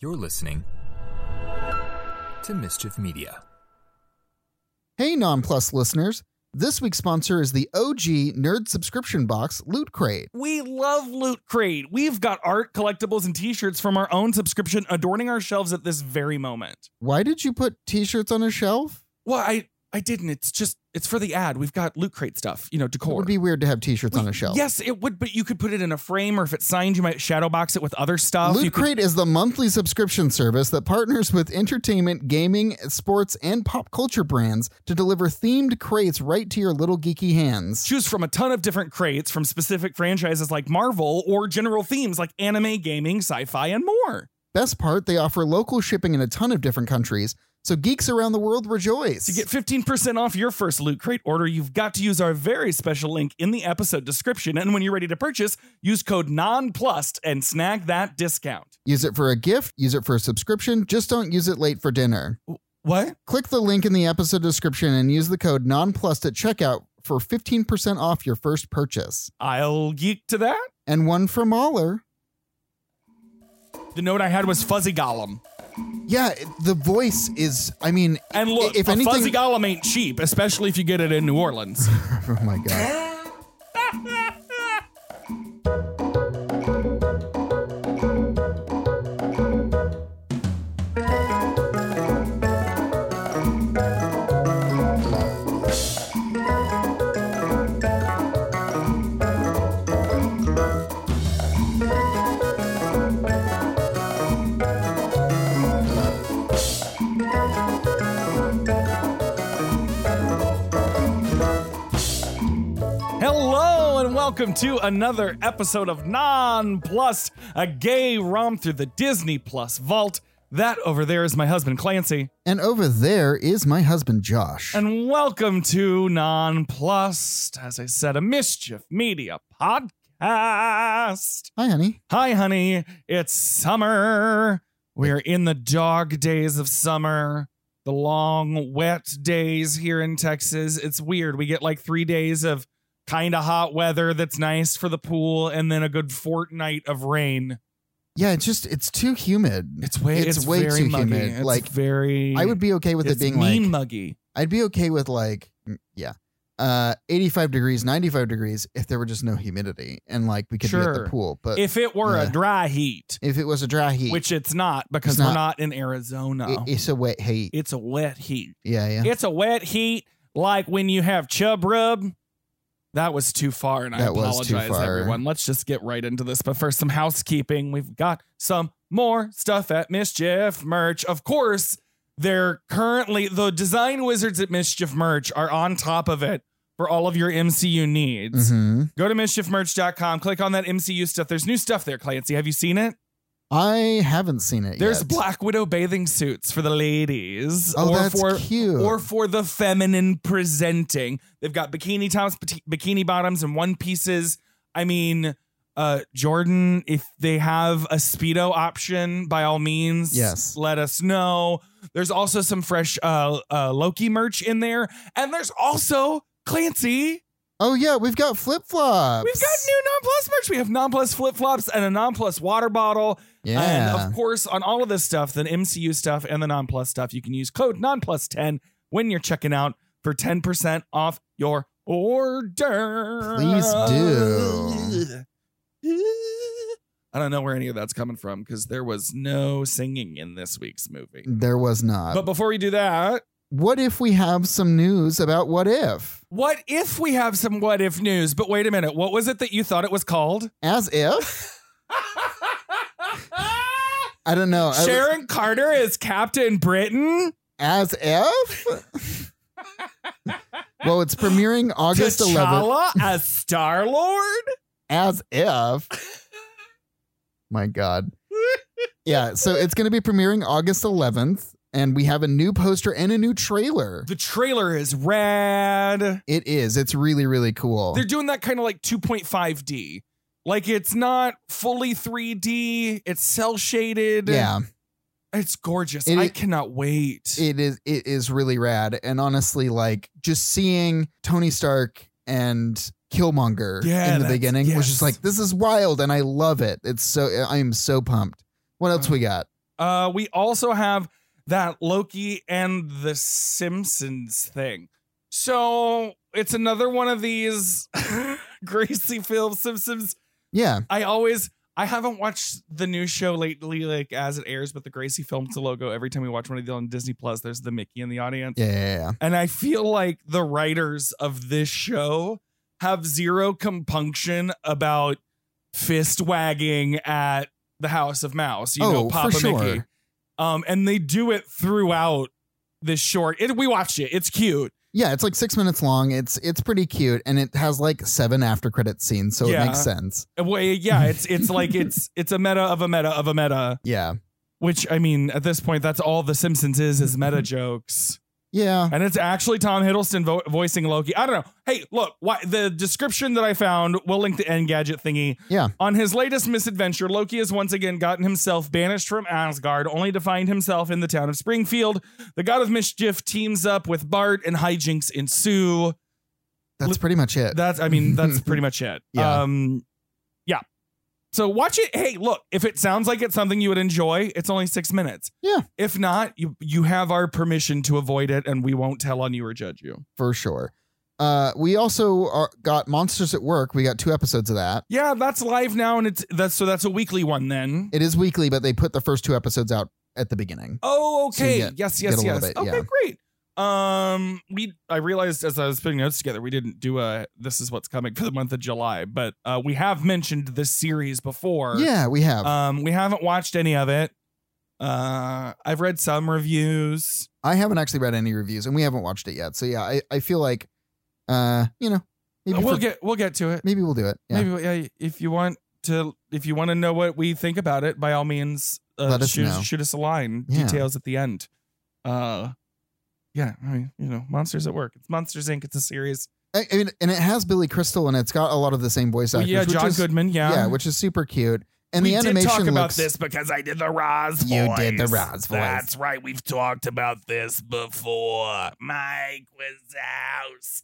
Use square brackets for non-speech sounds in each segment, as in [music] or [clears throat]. You're listening to Mischief Media. Hey, Nonplus listeners. This week's sponsor is the OG nerd subscription box, Loot Crate. We love Loot Crate. We've got art, collectibles, and t shirts from our own subscription adorning our shelves at this very moment. Why did you put t shirts on a shelf? Well, I, I didn't. It's just, it's for the ad. We've got Loot Crate stuff, you know, It decor. would be weird to have t shirts on a shelf. Yes, it would, but you could put it in a frame or if it's signed, you might shadow box it with other stuff. You Loot could- Crate is the monthly subscription service that partners with entertainment, gaming, sports, and pop culture brands to deliver themed crates right to your little geeky hands. Choose from a ton of different crates from specific franchises like Marvel or general themes like anime, gaming, sci fi, and more. Best part, they offer local shipping in a ton of different countries, so geeks around the world rejoice. To get 15% off your first Loot Crate order, you've got to use our very special link in the episode description. And when you're ready to purchase, use code NONPLUST and snag that discount. use it for a gift, use it for a subscription, just don't use it late for dinner. What? Click the link in the episode description and use the code NONPLUSED at checkout for 15% off your first purchase. I'll geek to that. And one for Mahler. The note I had was Fuzzy Gollum. Yeah, the voice is, I mean, And look, if a anything, Fuzzy Gollum ain't cheap, especially if you get it in New Orleans. [laughs] [laughs] Oh my god. Hello and welcome to another episode of Nonplussed, a gay rom through the Disney Plus vault. That over there is my husband Clancy, And over there is my husband Josh. and welcome to Nonplussed, as I said, a mischief media podcast. Hi, honey. Hi, honey, it's summer. We're in the dog days of summer, the long, wet days here in Texas. It's weird. We get like three days of kind of hot weather that's nice for the pool, and then a good fortnight of rain. Yeah, it's just it's too humid. It's way, It's it's, way very too muggy. humid. It's Like, very, I would be okay with it it's being mean like muggy. I'd be okay with like mm, yeah. Uh 85 degrees, 95 degrees if there were just no humidity and like we could be at Sure. the pool. But if, If it were uh, yeah. a dry heat, it was a dry heat, which it's not because It's we're not in Arizona, it- it's a wet heat. it's a wet heat. yeah, yeah. It's a wet heat like when you have chub rub. That was too far, and I That was too apologize, far. everyone. Let's just get right into this. But first, some housekeeping. We've got some more stuff at Mischief Merch. Of course, they're currently the design wizards at Mischief Merch are on top of it for all of your MCU needs. hmm Go to mischiefmerch.com, click on that MCU stuff. There's new stuff there, Clancy. Have you seen it? I haven't seen it There's yet. Black Widow bathing suits for the ladies. Oh, or that's for cute. or for the feminine presenting. They've got bikini tops, bati- bikini bottoms, and one pieces. I mean, uh, Jordan, if they have a Speedo option, by all means, Yes. let us know. There's also some fresh uh, uh, Loki merch in there. And there's also Clancy. oh yeah, we've got flip flops. We've got new Nonplus merch. We have Nonplus flip flops and a Nonplus water bottle. Yeah. And of course, on all of this stuff, the MCU stuff and the nonplus stuff, you can use code nonplus10 when you're checking out for 10% off your order. Please do. I don't know where any of that's coming from because there was no singing in this week's movie. there was not. But before we do that, what if we have some news about what if? what if we have some what if news? But wait a minute, what was it that you thought it was called? As if? I don't [laughs] know. [laughs] I- Sharon Carter is Captain Britain? as if? [laughs] well, it's premiering August 11th. T'Challa as Star Lord? As if. My God. Yeah, so it's going to be premiering August 11th, and we have a new poster and a new trailer. The trailer is rad. It is. It's really, really cool. They're doing that kind of like 2.5D. Like it's not fully 3D, it's cell shaded. yeah, It's gorgeous. It- I cannot wait. it is. It is really rad, and honestly, like just seeing Tony Stark and Killmonger Yeah, in the that's- beginning was yes. just like this is wild, and I love it. It's so. I am so pumped. What else we got? Uh, we also have that Loki and the Simpsons thing. So it's another one of these [laughs] Gracie Phil Simpsons. Yeah. I always I haven't watched the new show lately, like as it airs, but the Gracie Films logo. Every time we watch one of these on Disney Plus, there's the Mickey in the audience. Yeah. yeah, yeah. And I feel like the writers of this show have zero compunction about fist wagging at the House of Mouse, you know, Oh, for Papa sure. Mickey. Um, and they do it throughout this short. It, we watched it. It's cute. Yeah, it's like six minutes long. It's it's pretty cute, and it has like seven after credit scenes, so Yeah. it makes sense. Uh, Well, yeah, it's it's like it's it's a meta of a meta of a meta, Yeah, which I mean, at this point, that's all the Simpsons is is meta jokes. yeah, And it's actually Tom Hiddleston vo- voicing Loki. I don't know. Hey, look, why, the description that I found, we'll link the Engadget thingy. Yeah. On his latest misadventure, Loki has once again gotten himself banished from Asgard, only to find himself in the town of Springfield. The god of mischief teams up with Bart, and hijinks ensue. that's pretty much it. That's, I [laughs] mean, that's pretty much it. Yeah. Um, yeah. So watch it. Hey, look, if it sounds like it's something you would enjoy, it's only six minutes. Yeah. If not, you, you have our permission to avoid it, and we won't tell on you or judge you. for sure. Uh, we also are, got Monsters at Work. We got two episodes of that. Yeah, that's live now, and it's that's so that's a weekly one then. It is weekly, but they put the first two episodes out at the beginning. Oh, So you okay. get- yes, get a yes, little yes. bit, okay, yeah. great. Um, we I realized as I was putting notes together, we didn't do a this is what's coming for the month of July, but uh, we have mentioned this series before. Yeah, we have. Um, we haven't watched any of it. Uh, I've read some reviews. I haven't actually read any reviews, and we haven't watched it yet. So yeah, I, I feel like, uh, you know, maybe we'll for- get we'll get to it. maybe we'll do it. Yeah. Maybe yeah, if you want to if you want to know what we think about it, by all means, uh, Let us shoot, know. shoot us a line. Yeah. Details at the end. Uh, yeah, I mean, you know, monsters at work. It's Monsters Inc. It's a series. I, I mean, and it has Billy Crystal, and it's got a lot of the same voice Well, actors. yeah, which John is- Goodman. Yeah, yeah, which is super cute. And we the animation did talk about looks, this because I did the Roz. You did the voice. Roz voice. That's right. We've talked about this before. Mike Wazowski.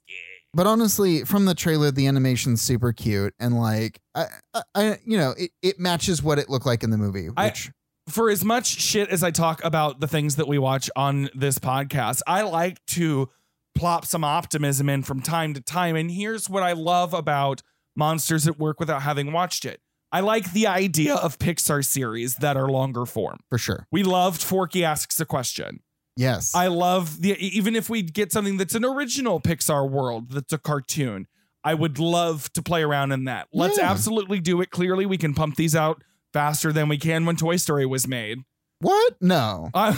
But honestly, from the trailer, the animation's super cute, and like I, I, I you know, it, it matches what it looked like in the movie. I- Which, for as much shit as I talk about the things that we watch on this podcast, I like to plop some optimism in from time to time. And here's what I love about Monsters at Work without having watched it I like the idea of Pixar series that are longer form. for sure, We loved Forky Asks a Question. yes, I love the even if we get something that's an original Pixar world that's a cartoon, I would love to play around in that. Let's Yeah. absolutely do it. Clearly, we can pump these out faster than we can when Toy Story was made. what? No, I-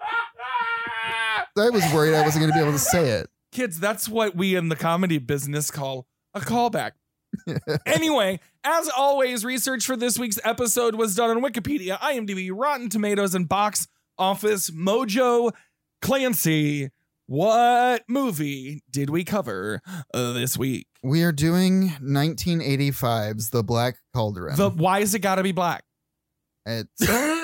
[laughs] I was worried I wasn't going to be able to say it. Kids, that's what we in the comedy business call a callback. anyway, as always, research for this week's episode was done on Wikipedia, IMDb, Rotten Tomatoes, and Box Office Mojo Clancy. What movie did we cover uh, this week? We are doing 1985's The Black Cauldron. The Why is it gotta be black? It's-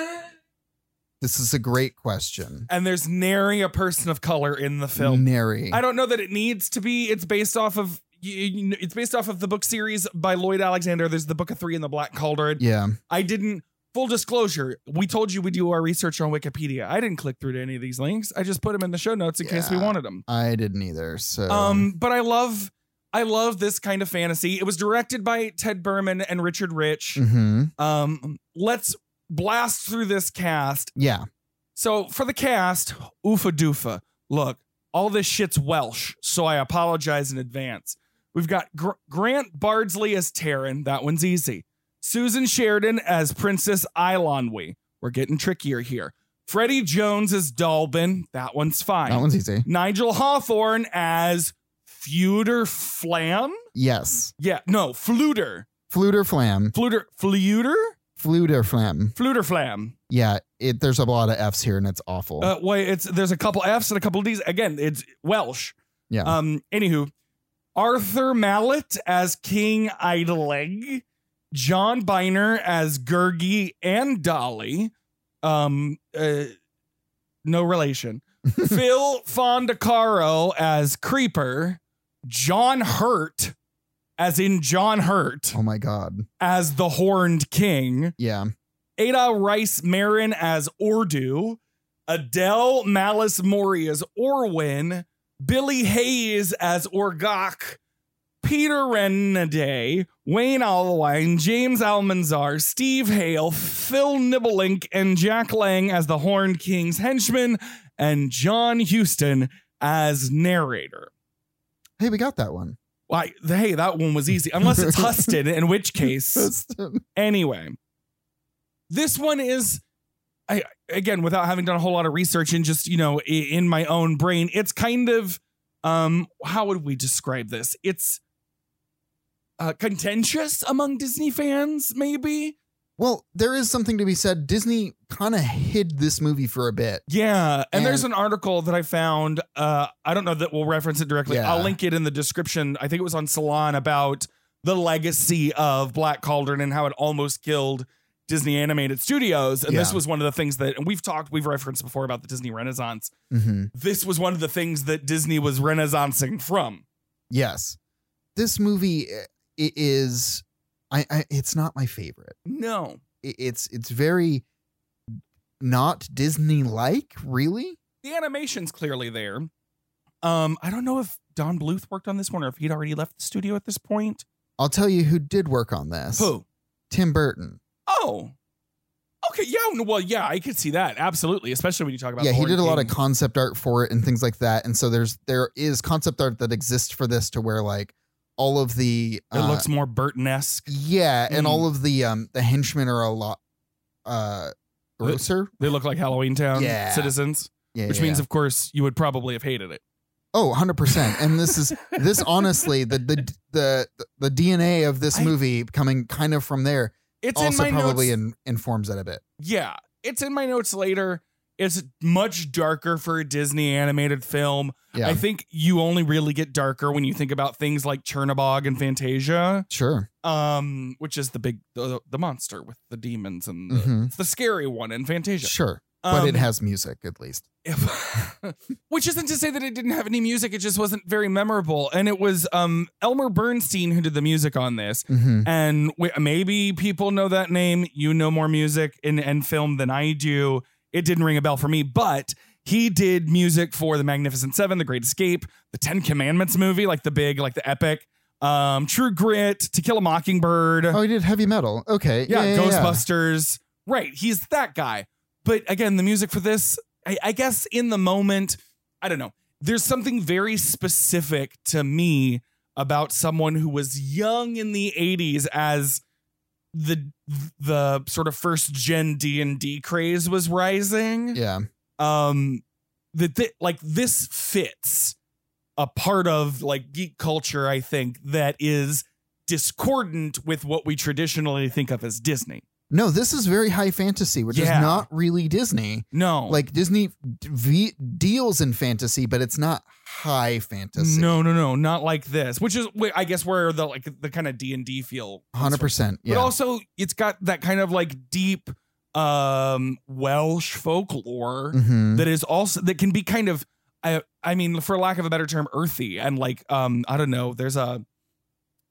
this is a great question. and there's nary a person of color in the film. Nary. I don't know that it needs to be. It's based off of you- you know, it's based off of the book series by Lloyd Alexander. There's the Book of Three and the Black Cauldron. yeah, I didn't. Full disclosure: We told you we do our research on Wikipedia. I didn't click through to any of these links. I just put them in the show notes in case we Yeah. wanted them. I didn't either. So Um, but I love, I love this kind of fantasy. It was directed by Ted Berman and Richard Rich. mhm. Um, let's blast through this cast. yeah, So for the cast, oofa doofa. Look, all this shit's Welsh, so I apologize in advance. We've got Gr- Grant Bardsley as Taryn. That one's easy. Susan Sheridan as Princess Ilanwi. We're getting trickier here. Freddie Jones as Dalbin. That one's fine. that one's easy. Nigel Hawthorne as Feuder Flam. Yes, Yeah, no, Fluter. Fluter Flam, Fluter, Fluter, Fluter Flam. Fluter Flam. Yeah, it, there's a lot of F's here, and it's awful. Uh, well, it's there's a couple F's and a couple D's. Again, it's Welsh. Yeah. Um. Anywho, Arthur Mallet as King Idleg, John Biner as Gurgi and Dolly. Um. Uh, no relation. Phil Fondacaro as Creeper. John Hurt, as in John Hurt, oh my god. as the Horned King. Yeah. Ada Rice Marin as Ordu, Adele Malice Mori as Orwin, Billy Hayes as Orgok, Peter Renaday, Wayne Allwine, James Almanzar, Steve Hale, Phil Nibelink, and Jack Lang as the Horned King's henchmen, and John Houston as narrator. Hey, we got that one. [laughs] Why, hey, that one was easy. Unless it's Huston, in which case, Huston. anyway. This one is, I, again, without having done a whole lot of research and just, you know, i- in my own brain, it's kind of, um, how would we describe this? It's uh, contentious among Disney fans, maybe? [laughs] Well, there is something to be said. Disney kind of hid this movie for a bit. Yeah, and, And- there's an article that I found. Uh, I don't know that we'll reference it directly. Yeah. I'll link it in the description. I think it was on Salon about the legacy of Black Cauldron and how it almost killed Disney animated studios. And this Yeah. was one of the things that, and we've talked, we've referenced before about the Disney Renaissance. Mm-hmm. This was one of the things that Disney was renaissancing from. Yes, this movie i- i- is. I, I it's not my favorite. No, I- It's it's very not Disney like, really. the animation's clearly there. Um, I don't know if Don Bluth worked on this one or if he'd already left the studio at this point. I'll tell you who did work on this. Who? Tim Burton. Oh. Okay, yeah, no, well, yeah, I could see that. Absolutely, especially when you talk about yeah, the he Horned did a lot of King. concept art for it and things like that. And so there's there is concept art that exists for this to where like all of the it uh, looks more Burton-esque. yeah, and Mm. all of the um the henchmen are a lot uh The- grosser. They look like Halloween Town Yeah. citizens, Yeah, which yeah, means yeah. of course you would probably have hated it. oh 100 percent. And this [laughs] is this honestly the the the the DNA of this I- movie coming kind of from there It's also in my probably notes. in, informs it a bit. yeah, it's in my notes later. It's much darker for a Disney animated film. Yeah, I think you only really get darker when you think about things like Chernobog and Fantasia, sure. um, which is the big the, the monster with the demons and the, Mhm. it's the scary one in Fantasia. Sure. But it Um, has music at least. If- [laughs] which isn't to say that it didn't have any music it just wasn't very memorable and it was um elmer bernstein who did the music on this hmm and w- maybe people know that name you know more music and, and film than i do it didn't ring a bell for me but he did music for the magnificent seven the great escape the ten commandments movie like the big like the epic um true grit to kill a mockingbird Oh, he did heavy metal. Okay. yeah, yeah, yeah. Ghostbusters. Right, he's that guy. But again, the music for this, I, I guess in the moment, I don't know. There's something very specific to me about someone who was young in the 80s as the the sort of first gen D&D craze was rising Yeah. um that thi- like this fits a part of like geek culture i think that is discordant with what we traditionally think of as disney No, this is very high fantasy, which Yeah. is not really Disney. no Like Disney d- v- deals in fantasy, but it's not high fantasy. no no no not like this which is wh- i guess where the like the kind of d&d feel comes hundred from. percent. Yeah, but also it's got that kind of like deep um welsh folklore Mhm. that is also that can be kind of I I mean for lack of a better term earthy and like um I don't know there's a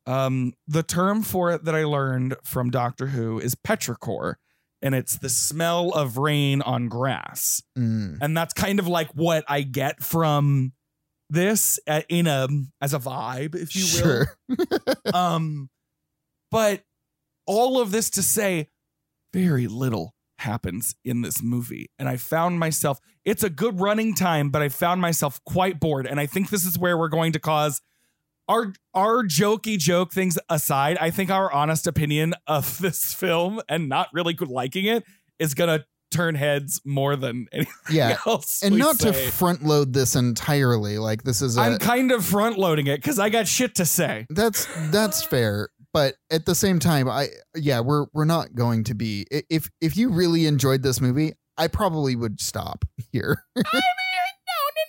um the term for it that I learned from Doctor Who is petrichor and it's the smell of rain on grass Mm. and that's kind of like what I get from this uh, in a as a vibe if you will [laughs] sure. um, but all of this to say, very little happens in this movie. And I found myself, it's a good running time, but I found myself quite bored. And I think this is where we're going to cause our our jokey joke things aside. I think our honest opinion of [laughs] this film and not really good liking it is gonna turn heads more than anything Yeah, else. and we not to uh, say. front load this entirely. Like this is a I'm kind of front loading it because I got shit to say. that's [laughs] that's fair, but at the same time, I yeah, we're we're not going to be i- if if you really enjoyed this movie, I probably would stop [laughs] here. No, no,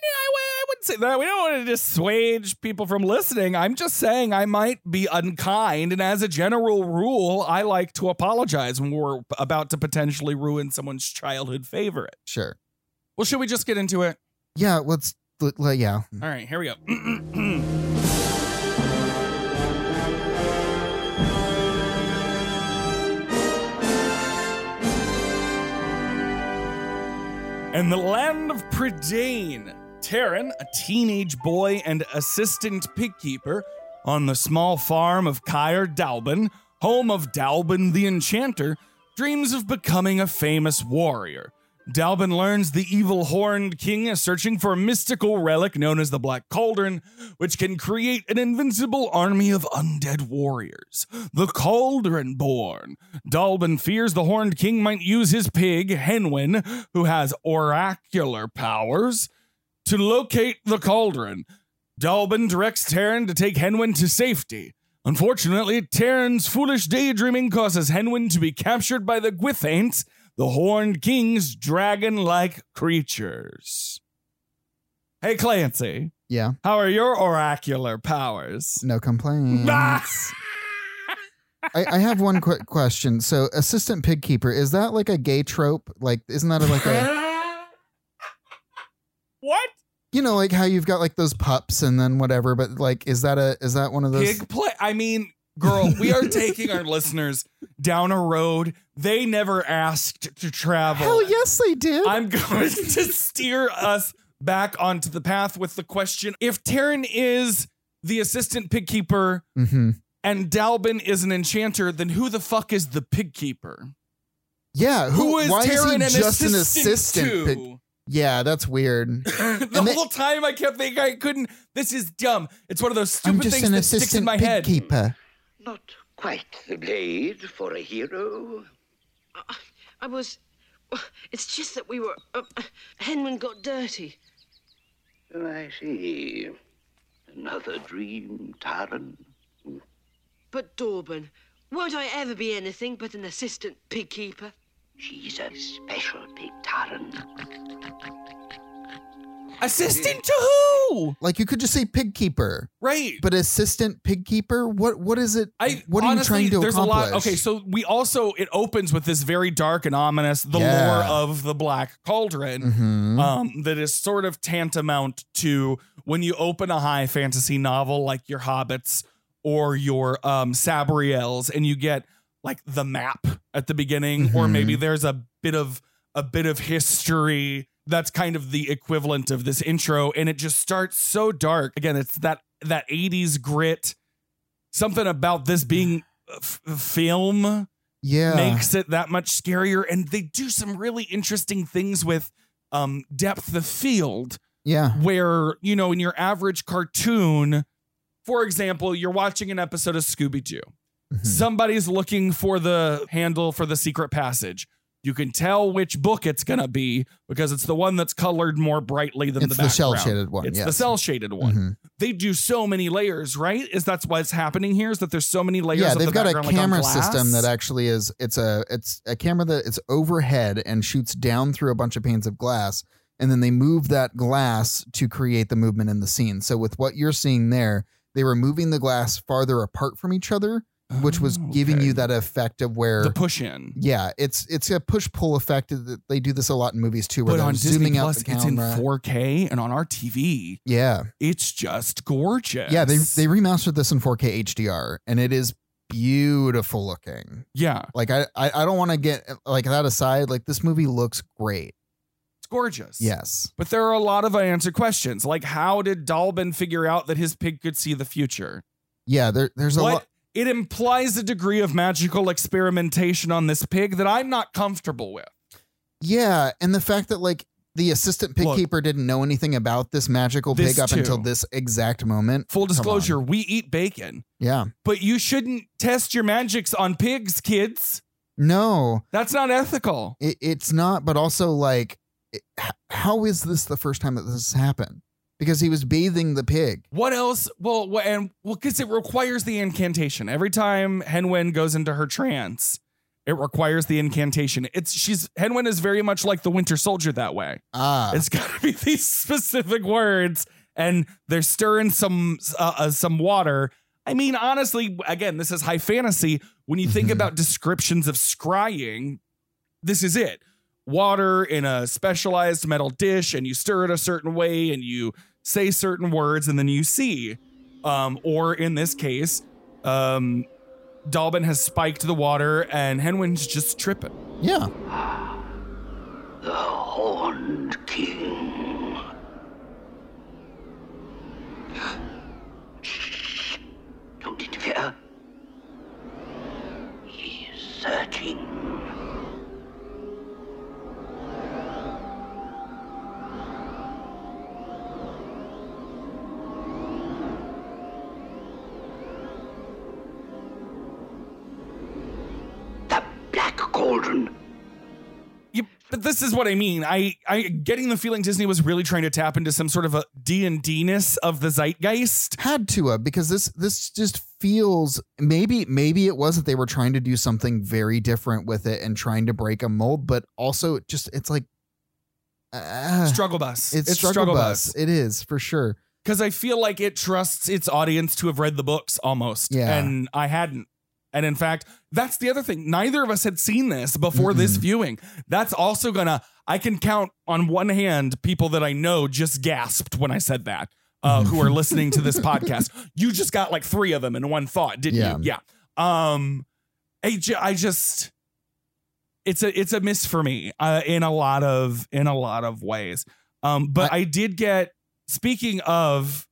no. I, wou- I wouldn't say that. We don't want to dissuade people from listening. I'm just saying I might be unkind. And as a general rule, I like to apologize when we're about to potentially ruin someone's childhood favorite. Sure. Well, should we just get into it? Yeah. Let's. let- let- Yeah. All right, here we go. [clears throat] In the land of Prydain, Taryn, a teenage boy and assistant pigkeeper on the small farm of Kyre Dalbin, home of Dalbin the Enchanter, dreams of becoming a famous warrior. Dalbin learns the evil horned king is searching for a mystical relic known as the Black Cauldron, which can create an invincible army of undead warriors. The Cauldron Born. Dalbin fears the horned king might use his pig, Henwin, who has oracular powers, to locate the cauldron. Dalbin directs Taryn to take Henwin to safety. Unfortunately, Taryn's foolish daydreaming causes Henwin to be captured by the Gwythaints, the Horned King's dragon like creatures. Hey, Clancy, Yeah. how are your oracular powers? No complaints. [laughs] Ah! I, I have one quick question. So, assistant pig keeper is that like a gay trope? Like, isn't that like [laughs] a what? you know like how you've got like those pups and then whatever? But like, is that a is that one of those? Pig play. I mean, girl, [laughs] we are taking our listeners down a road they never asked to travel. Hell yes, they did. I'm going [laughs] to steer us back onto the path with the question if Taryn is the assistant pig keeper mm-hmm. and Dalbin is an enchanter, then who the fuck is the pig keeper? Yeah. Who, is why is he Taryn an just an assistant assistant? pig- to? yeah, that's weird. [laughs] the And they- whole time I kept thinking I couldn't. This is dumb. It's one of those I'm stupid just things an that sticks in assistant my pig head. keeper. Not quite the blade for a hero. I was. It's just that we were. Uh, Henwin got dirty. Oh, I see. Another dream, Taran. But Dorban, won't I ever be anything but an assistant pig keeper? She's a special pig, Taran. Assistant to who? Like you could just say pig keeper, Right. but assistant pig keeper. What what is it? I what are honestly, you trying to there's accomplish? a lot. Okay, so we also it opens with this very dark and ominous the Yeah. lore of the Black Cauldron, Mhm. um, that is sort of tantamount to when you open a high fantasy novel like your Hobbits or your um, Sabriels, and you get like the map at the beginning, or Mhm. maybe there's a bit of a bit of history. That's kind of the equivalent of this intro, and it just starts so dark. Again, it's that that '80s grit. Something about this being f- film yeah. makes it that much scarier and they do some really interesting things with um depth of field yeah. where you know in your average cartoon for example you're watching an episode of Scooby-Doo Mhm. somebody's looking for the handle for the secret passage you can tell which book it's going to be because it's the one that's colored more brightly than it's the the, background shell shaded one. it's yes. the cell shaded one Mhm. they do so many layers right is that's what's happening here is that there's so many layers yeah of they've the got a background, like on camera glass? system that actually is it's a it's a camera that it's overhead and shoots down through a bunch of panes of glass and then they move that glass to create the movement in the scene so with what you're seeing there they were moving the glass farther apart from each other which was Oh, giving okay. you that effect of where the push in yeah it's it's a push pull effect that they do this a lot in movies too where But they're on zooming Disney out Plus, the it's in camera 4K, and on our TV, yeah it's just gorgeous. yeah they they remastered this in 4K HDR and it is beautiful looking yeah, Like I, I, I don't want to get uh, like that aside. Like this movie looks great. it's gorgeous. Yes. but there are a lot of unanswered questions, like how did Dalbin figure out that his pig could see the future? Yeah. There, there's a what lot. it implies a degree of magical experimentation on this pig that I'm not comfortable with. Yeah, and the fact that like the assistant pig Look. keeper didn't know anything about this magical This pig up too. until this exact moment. Full on. disclosure: we eat bacon, Yeah. but you shouldn't test your magics on pigs, kids. No, That's not ethical. it, it's not. But also like, it, h- how is this the first time that this has happened? Because he was bathing the pig. What else? Well, wha- and well, because it requires the incantation. Every time Henwin goes into her trance, it requires the incantation. It's she's Henwin is very much like the Winter Soldier that way. Ah. It's got to be these specific words, and they're stirring some uh, uh, some water. I mean, honestly, again, this is high fantasy. When you think Mhm. about descriptions of scrying, this is it. Water in a specialized metal dish, and you stir it a certain way, and you say certain words, and then you see. Um, or in this case, um, Dalbin has spiked the water, and Henwin's just tripping. yeah. The Horned King. Shh. Don't interfere. He's searching. The Black Cauldron. You, but this is what I mean. I I getting the feeling Disney was really trying to tap into some sort of a D and Dness of the [sighs] zeitgeist. had to have because this this just feels maybe maybe it was that they were trying to do something very different with it and trying to break a mold, but also it just it's like ah, Struggle bus. it's, struggle, bus. It is for sure. because I feel like it trusts its audience to have read the books almost. Yeah. And I hadn't. And in fact, that's the other thing. Neither of us had seen this before this viewing. That's also gonna, I can count on one hand people that I know just gasped when I said that, uh, who are listening [laughs] to this podcast. You just got like three of them in one thought, didn't you? Yeah. Um, I, ju- I just, it's a, it's a miss for me uh, in a lot of, in a lot of ways. Um, but I did get speaking of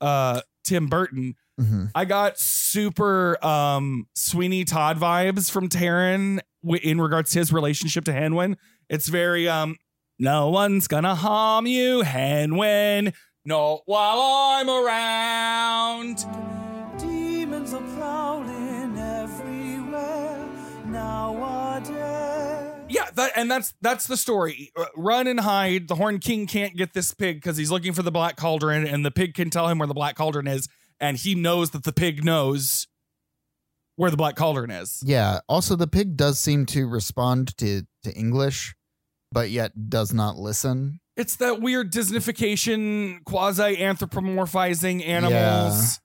uh Tim Burton, hmm I got super um Sweeney Todd vibes from Taryn w- in regards to his relationship to Henwin. It's very um no one's gonna harm you, Henwin. No, while I'm around. Demons are prowling everywhere nowadays. Yeah, that, and that's that's the story. Uh, Run and hide. The Horn King can't get this pig because he's looking for the Black Cauldron, and the pig can tell him where the Black Cauldron is, and he knows that the pig knows where the Black Cauldron is. Yeah. Also, the pig does seem to respond to to English, but yet does not listen. It's that weird Disneyfication, quasi anthropomorphizing animals.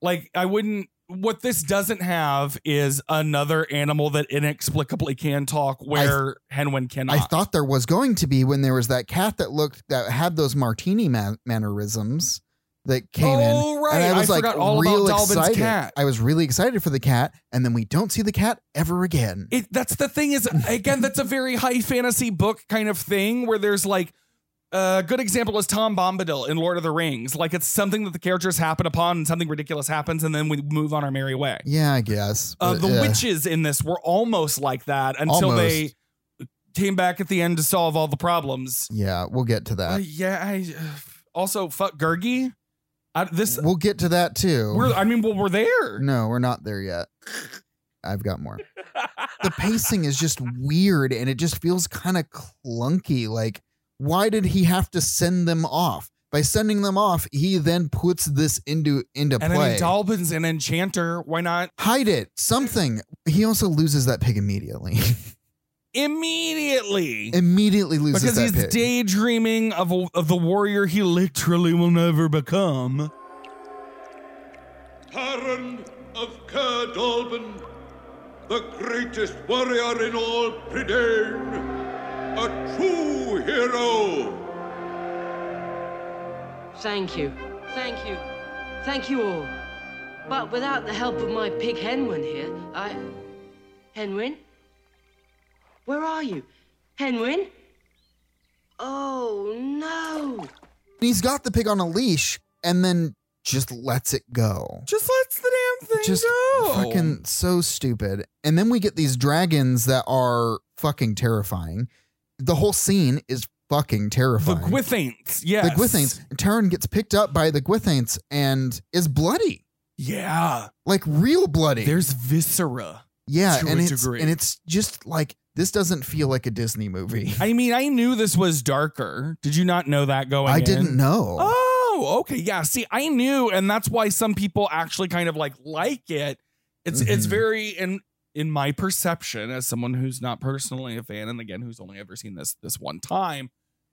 Like I wouldn't. What this doesn't have is another animal that inexplicably can talk, where Henwin cannot. I thought there was going to be when there was that cat that looked that had those martini ma- mannerisms that came Oh, in. right. And I I was like forgot all about real Dalvin's excited. cat. I was really excited for the cat, and then we don't see the cat ever again. it that's the thing is again that's a very high fantasy book kind of thing where there's like a good example is Tom Bombadil in Lord of the Rings. Like it's something that the characters happen upon and something ridiculous happens and then we move on our merry way. yeah, I guess. Uh, But, the yeah. witches in this were almost like that until they Almost. came back at the end to solve all the problems. Yeah, we'll get to Uh, that. yeah, I also fuck Gurgi. I, this we'll get to that too. we're I mean well we're there. No, we're not there yet. I've got more. the pacing is just weird and it just feels kind of clunky. Like, why did he have to send them off? By sending them off, he then puts this into into and play. then Dalbin's an enchanter. Why not Hide it, something. He also loses that pig immediately. [laughs] immediately? immediately loses because that he's pig. daydreaming of a, of the warrior he literally will never become. Taran of Ker Dalban, the greatest warrior in all Prydain, a true hero. Thank you. Thank you. Thank you all. But without the help of my pig Henwin here, I. Henwin? Where are you? Henwin? Oh, no. he's got the pig on a leash and then just lets it go. Just lets the damn thing just go. fucking so stupid. And then we get these dragons that are fucking terrifying. The whole scene is fucking the terrifying. Gwithaints. The Yes. Gwithaints. Taryn gets picked up by the Gwithaints and is bloody, Yeah. like real bloody. There's viscera. yeah, to and a it's degree. and it's just like this doesn't feel like a Disney [laughs] movie. I mean, I knew this was darker. Did you not know that going I in? didn't know. Oh, okay. Yeah. See, I knew, and that's why some people actually kind of like like it. It's it's Mhm. very in in my perception as someone who's not personally a fan, and again who's only ever seen this this one time.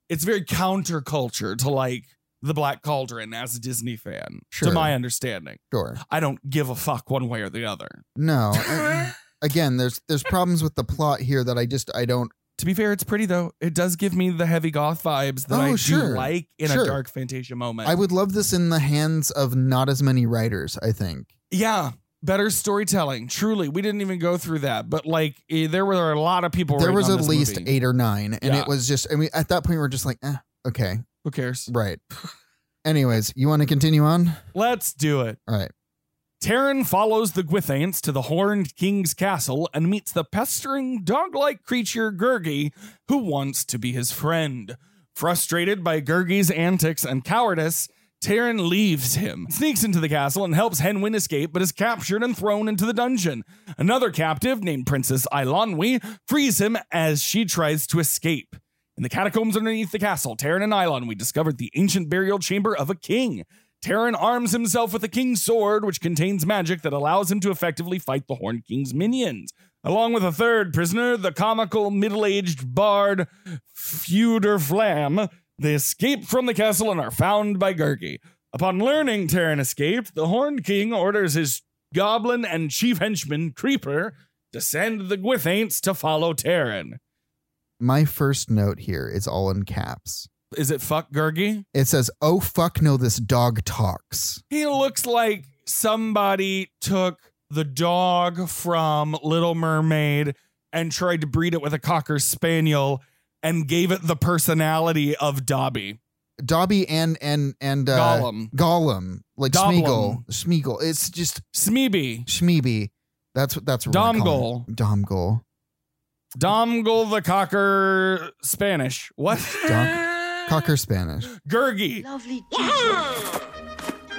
It's very counterculture to like the Black Cauldron as a Disney fan, Sure. to my understanding. Sure, I don't give a fuck one way or the other. [laughs] no. I- Again, there's there's problems with the plot here that I just I don't. To be fair, it's pretty though. It does give me the heavy goth vibes that Oh, I sure. do like in Sure. a dark Fantasia moment. I would love this in the hands of not as many writers. I think yeah, better storytelling. Truly, we didn't even go through that, but like eh, there were a lot of people. there rating was on at this least movie. eight or nine, and Yeah. it was just. I mean, at that point, we were just like, eh, okay, [laughs] Who cares? right. Anyways, you want to continue on? Let's do it. All right. Taryn follows the Gwythanes to the Horned King's castle and meets the pestering dog-like creature Gurgi, who wants to be his friend. Frustrated by Gurgi's antics and cowardice, Taryn leaves him, sneaks into the castle, and helps Henwin escape, but is captured and thrown into the dungeon. Another captive named Princess Ilanwi frees him as she tries to escape. In the catacombs underneath the castle, Taryn and Ilanwi discovered the ancient burial chamber of a king. Taryn arms himself with a king's sword, which contains magic that allows him to effectively fight the Horned King's minions. Along with a third prisoner, the comical middle aged bard Feuder Flam, they escape from the castle and are found by Gurgi. Upon learning Taryn escaped, the Horned King orders his goblin and chief henchman, Creeper, to send the Gwythaints to follow Taryn. My first note here is all in caps. Is it fuck Gurgi? It says, "Oh fuck no, this dog talks." He looks like somebody took the dog from Little Mermaid and tried to breed it with a cocker spaniel and gave it the personality of Dobby. Dobby and and and uh, Gollum. Gollum, like Goblin. Smeagol, Smeagol. It's just Smeeby. Schmeeby. That's what that's what we're gonna call him. Domgol. Domgle the cocker Spanish. What? Dom- Cocker Spanish. Gurgi. Lovely juice.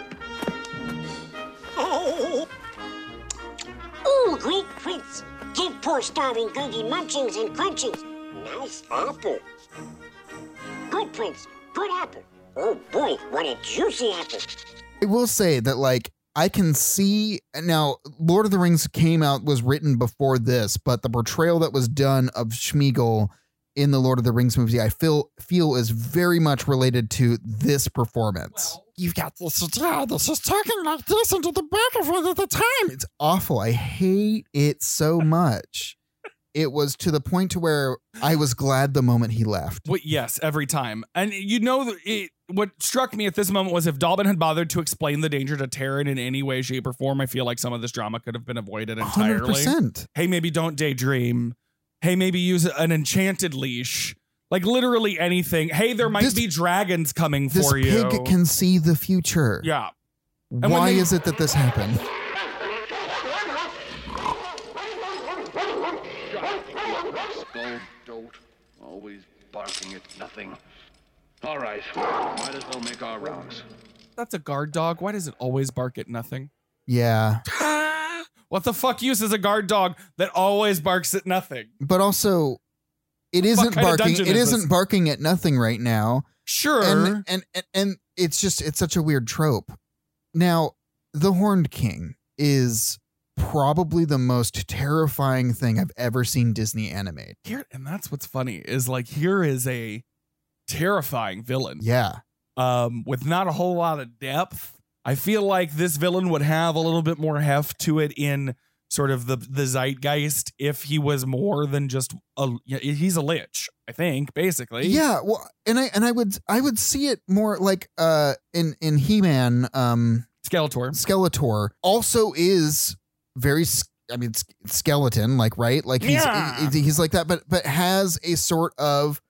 Ooh, great prince. Give poor starving Googie munchings and crunchies. Nice apple. Good prince, good apple. Oh boy, what a juicy apple. I will say that like I can see now Lord of the Rings came out was written before this, but the portrayal that was done of Schmeagol in the Lord of the Rings movie, I feel feel is very much related to this performance. You've got this child that's just talking like this into the back of it at the time. it's awful. I hate it so much. it was to the point to where I was glad the moment he left. Well, yes, every time. And you know, that it, what struck me at this moment was if Dobbin had bothered to explain the danger to Taryn in any way, shape, or form, I feel like some of this drama could have been avoided entirely. 100%. hey, maybe don't daydream. Hey, maybe use an enchanted leash. Like literally anything. Hey, there might This- be dragons coming This for you. pig can see the future. yeah. when Why they- is it that this happened? Gold dolt, always barking at nothing. All right, might as well make our rounds. That's a guard dog. Why does it always bark at nothing? Yeah. What the fuck use is a guard dog that always barks at nothing? But also it isn't kind of barking. dungeon It is isn't this? barking at nothing right now. Sure. And, and and and it's just it's such a weird trope. Now, the Horned King is probably the most terrifying thing I've ever seen Disney animate. here and that's what's funny is like here is a terrifying villain Yeah. um with not a whole lot of depth i feel like this villain would have a little bit more heft to it in sort of the the zeitgeist if he was more than just a yeah, he's a lich i think basically Yeah, well, and I and I would I would see it more like uh in in He Man, um, skeletor Skeletor also is very. s- I mean, s- skeleton, like right, like he's Yeah. he- he's like that, but but has a sort of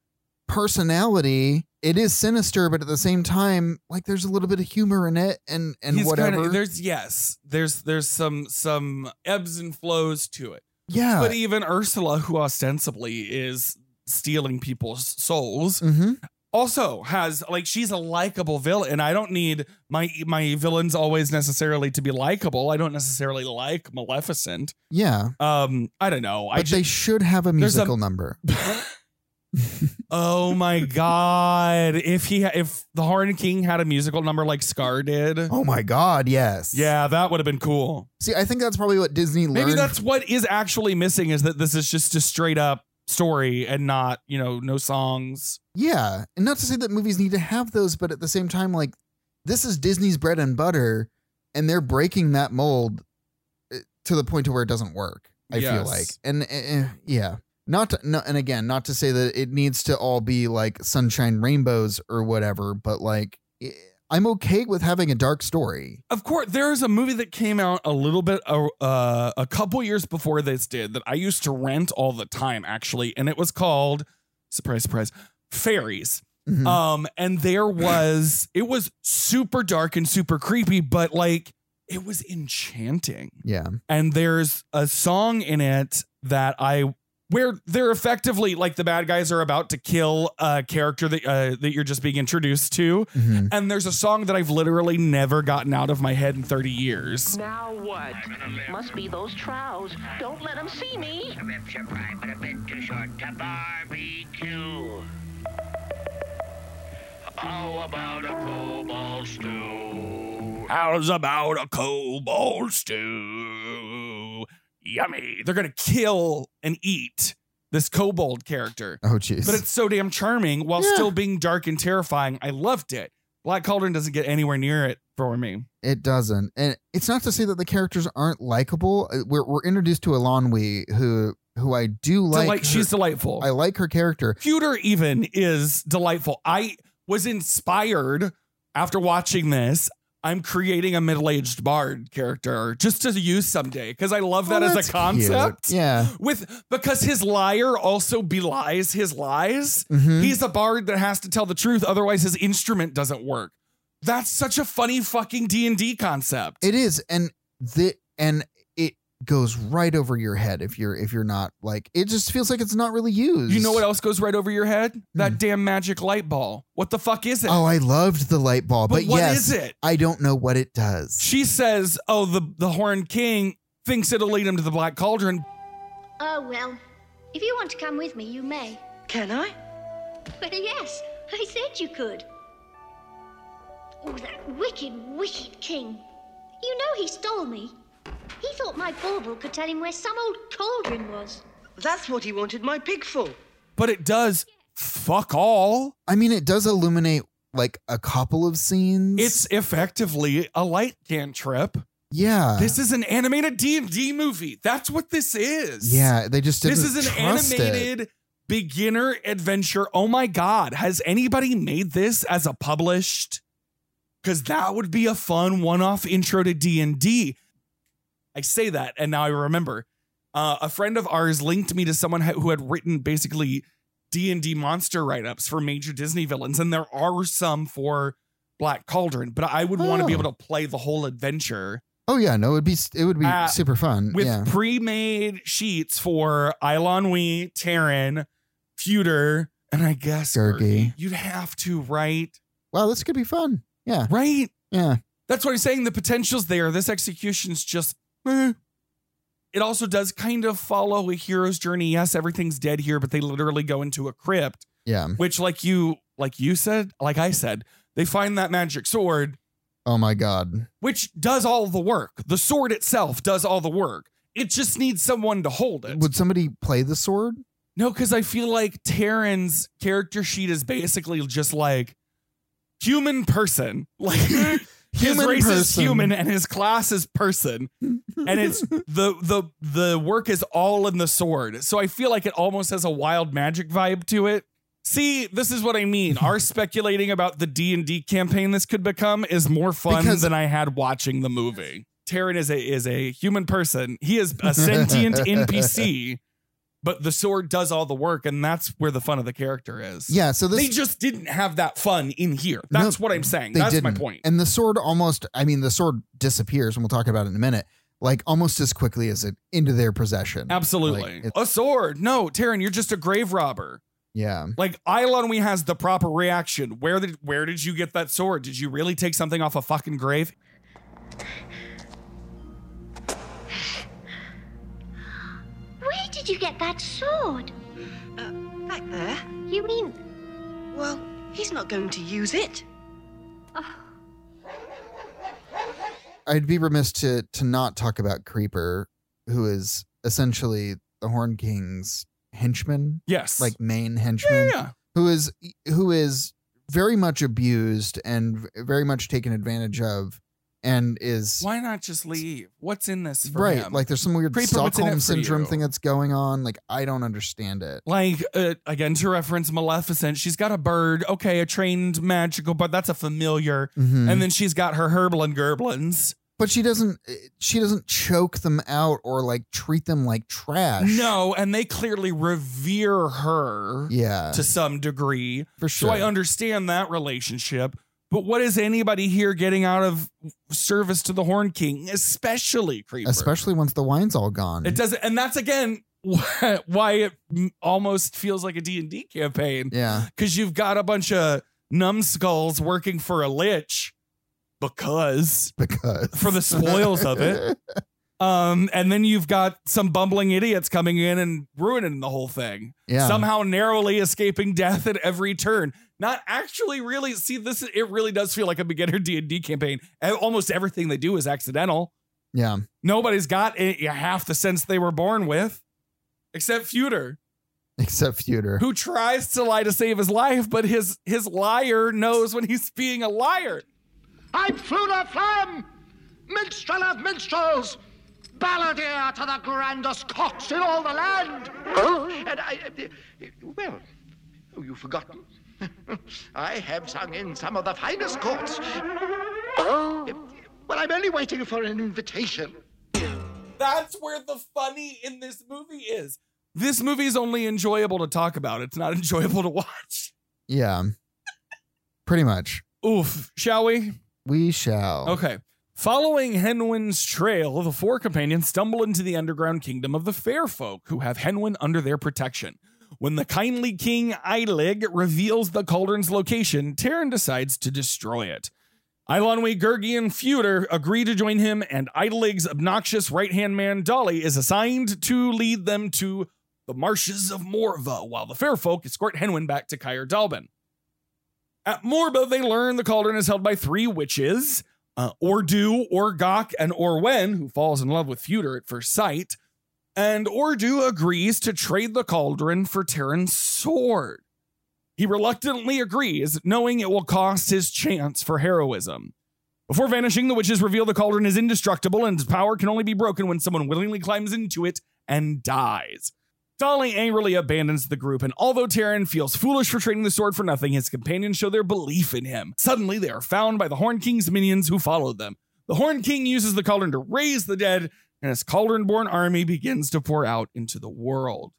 personality. It is sinister, but at the same time, like there's a little bit of humor in it, and and He's kinda- whatever. there's yes there's there's some some ebbs and flows to it yeah. but even ursula who ostensibly is stealing people's souls hmm also has like she's a likable villain and i don't need my my villains always necessarily to be likable i don't necessarily like maleficent Yeah, um i don't know i but they just should have a there's a- musical [laughs] number. oh my god if he ha- if the horned king had a musical number like scar did Oh my God! Yes. yeah that would have been cool See, I think that's probably what Disney learned. maybe that's what is actually missing is that this is just a straight up story and not you know no songs Yeah. And not to say that movies need to have those, but at the same time, like, this is Disney's bread and butter, and they're breaking that mold eh, to the point to where it doesn't work, I feel Yes. like. And eh, eh, yeah. Not to, no, and again, not to say that it needs to all be like sunshine rainbows or whatever, but like eh, I'm okay with having a dark story. Of course, there's a movie that came out a little bit, uh, uh, a couple years before this did that I used to rent all the time, actually. And it was called, surprise, surprise, Fairies. Mhm. Um, and there was, it was super dark and super creepy, but like it was enchanting yeah. and there's a song in it that I where they're effectively like the bad guys are about to kill a character that uh, that you're just being introduced to, Mhm. and there's a song that I've literally never gotten out of my head in 30 years. Now what? Must be those trows. Don't let them see me. Perhaps your pride but a bit too short to barbecue. How about a cobalt stew? How's about a cobalt stew? Yummy. They're gonna kill and eat this kobold character. Oh, jeez. But it's so damn charming while Yeah. still being dark and terrifying. I loved it. Black Cauldron doesn't get anywhere near it for me. It doesn't, and it's not to say that the characters aren't likable. Uh, We're we're introduced to Elan Wee, who who I do like. Delight, her- she's delightful. I like her character. Pewter even is delightful. I was inspired after watching this. I'm creating a middle-aged bard character just to use someday because I love that Oh, as that's a cute. concept. Yeah. With because his liar also belies his lies. Mhm. He's a bard that has to tell the truth, otherwise his instrument doesn't work. That's such a funny fucking D and D concept. It is, and the and it goes right over your head if you're if you're not like it just feels like it's not really used. you know what else goes right over your head? Hmm. That damn magic light ball. What the fuck is it? Oh, I loved the light ball, But but, what yes, is it? I don't know what it does. She says, "Oh, the the Horned King thinks it'll lead him to the Black Cauldron." Oh, well. If you want to come with me, you may. Can I? Well, yes, I said you could. Oh, that wicked, wicked king. You know he stole me. He thought my bauble could tell him where some old cauldron was. That's what he wanted my pig for. But it does fuck all. I mean, it does illuminate like a couple of scenes. It's effectively a light cantrip. yeah, This is an animated D and D movie. That's what this is. yeah. They just didn't this is an trust it. animated beginner adventure. Oh my god, has anybody made this as a published? Because that would be a fun one-off intro to D and D. I say that, and now I remember. Uh, a friend of ours linked me to someone ha- who had written basically D and D monster write-ups for major Disney villains, and there are some for Black Cauldron. But I would want to be Oh. able to play the whole adventure Oh yeah, no, it'd be it would be Uh, super fun. with Mm, yeah, pre-made sheets for Ilon Wee, Taryn, Pewter, and I guess Gurgi. Gurgi. You'd have to, right? wow, this could be fun. Yeah, Right? yeah. That's what I'm saying. The potential's there. This execution's just. eh. It also does kind of follow a hero's journey. Yes, everything's dead here, but they literally go into a crypt, Yeah. which, like you, like you said, like I said, they find that magic sword, Oh my god. which does all the work. The sword itself does all the work. It just needs someone to hold it. Would somebody play the sword? No, because I feel like Taryn's character sheet is basically just like human person. [laughs] [laughs] Like his Human race is person. human and his class is person. And [laughs] it's the the the work is all in the sword. So I feel like it almost has a wild magic vibe to it. See, this is what I mean. [laughs] Our speculating about the D and D campaign this could become is more fun Because- than I had watching the movie. Taryn is a is a human person. He is [laughs] a sentient NPC, but the sword does all the work, and that's where the fun of the character is. Yeah. So this they just didn't have that fun in here. No, That's what I'm saying. they That's my didn't. point. And the sword almost, I mean, the sword disappears, and we'll talk about it in a minute, like almost as quickly as it into their possession. Like, Absolutely, it's- a sword. No, Taryn, you're just a grave robber. yeah. Like Ilon, we has the proper reaction. Where did where did you get that sword? Did you really take something off a fucking grave? Where did you get that sword? Back there? You mean. Well, he's not going to use it. I'd be remiss to to not talk about Creeper, who is essentially the Horn King's henchman, Yes. like main henchman, yeah, yeah. who is who is very much abused and very much taken advantage of and is Why not just leave? What's in this for right. him? Like there's some weird Creeper, what's in Stockholm it for syndrome you? thing that's going on. Like I don't understand it. Like uh, again, to reference Maleficent, she's got a bird. Okay, a trained magical, but that's a familiar. Mhm. And then she's got her herblin gerblins. But she doesn't. eh, She doesn't choke them out or like treat them like trash. No, and they clearly revere her Yeah. to some degree. For So sure. I understand that relationship. But what is anybody here getting out of service to the Horn King, especially Creeper? Especially once the wine's all gone. It doesn't, and that's again [laughs] why why it m- almost feels like a D and D campaign yeah. because you've got a bunch of numbskulls working for a lich because Because for the spoils of it. Um, and then you've got some bumbling idiots coming in and ruining the whole thing. Yeah. Somehow narrowly escaping death at every turn. Not actually really see this. It really does feel like a beginner [laughs] D and D campaign. And Almost everything they do is accidental. Yeah. [laughs] Nobody's got it, half the sense they were born with, except Feuder, Except Feuder. who tries to lie to save his life, but his his liar knows when he's being a liar. I'm Fluda Flam, minstrel of minstrels, balladeer to the grandest cocks in all the land. And I, eh, well, oh, you've forgotten. [laughs] I have sung in some of the finest courts. Well, I'm only waiting for an invitation. That's where the funny in this movie is. This movie is only enjoyable to talk about. It's not [laughs] enjoyable to watch. Yeah. Pretty much. Oof, shall we? We shall. Okay. Following Henwin's trail, the four companions stumble into the underground kingdom of the fair folk, who have Henwin under their protection. When the kindly king Eilig reveals the cauldron's location, Terran decides to destroy it. Ilonwe, Gurgi, and Feuder agree to join him, and Eilig's obnoxious right hand man Dolly is assigned to lead them to the marshes of Morva, while the fair folk escort Henwin back to Kyr Dalbin. At Morba, they learn the cauldron is held by three witches uh, Ordu, Orgok, and Orwen, who falls in love with Feuder at first sight. And Ordu agrees to trade the cauldron for Terran's sword. He reluctantly agrees, knowing it will cost his chance for heroism. Before vanishing, the witches reveal the cauldron is indestructible and its power can only be broken when someone willingly climbs into it and dies. Dolly angrily abandons the group, and although Terran feels foolish for trading the sword for nothing, his companions show their belief in him. Suddenly, they are found by the Horn King's minions who followed them. The Horn King uses the cauldron to raise the dead, and his cauldron born army begins to pour out into the world.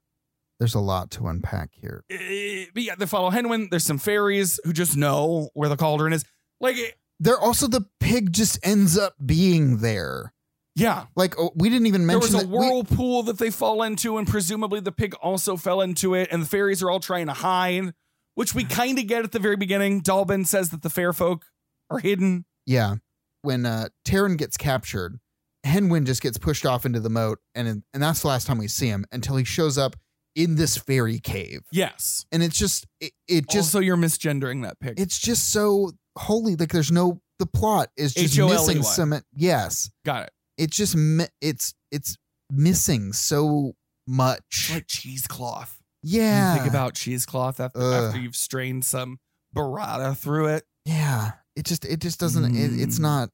There's a lot to unpack here. Eh, but yeah, they follow Henwin. There's some fairies who just know where the cauldron is. Like, eh, There also the pig just ends up being there. yeah. Like oh, we didn't even There mention was a that we- whirlpool that they fall into, and presumably the pig also fell into it, and the fairies are all trying to hide, which we kind of get at the very beginning. Dalbin says that the fair folk are hidden. yeah. When uh Taryn gets captured, Henwin just gets pushed off into the moat and and that's the last time we see him until he shows up in this fairy cave. Yes. And it's just it, it Just just so you're misgendering that pig. it's just so holy like there's no the plot is just H-O-L-E-Y. missing some yes. Got it. It's just mi- it's it's missing so much. Like cheesecloth. yeah. You think about cheesecloth after, Ugh. after you've strained some burrata through it. yeah it just it just doesn't it, it's Mm. not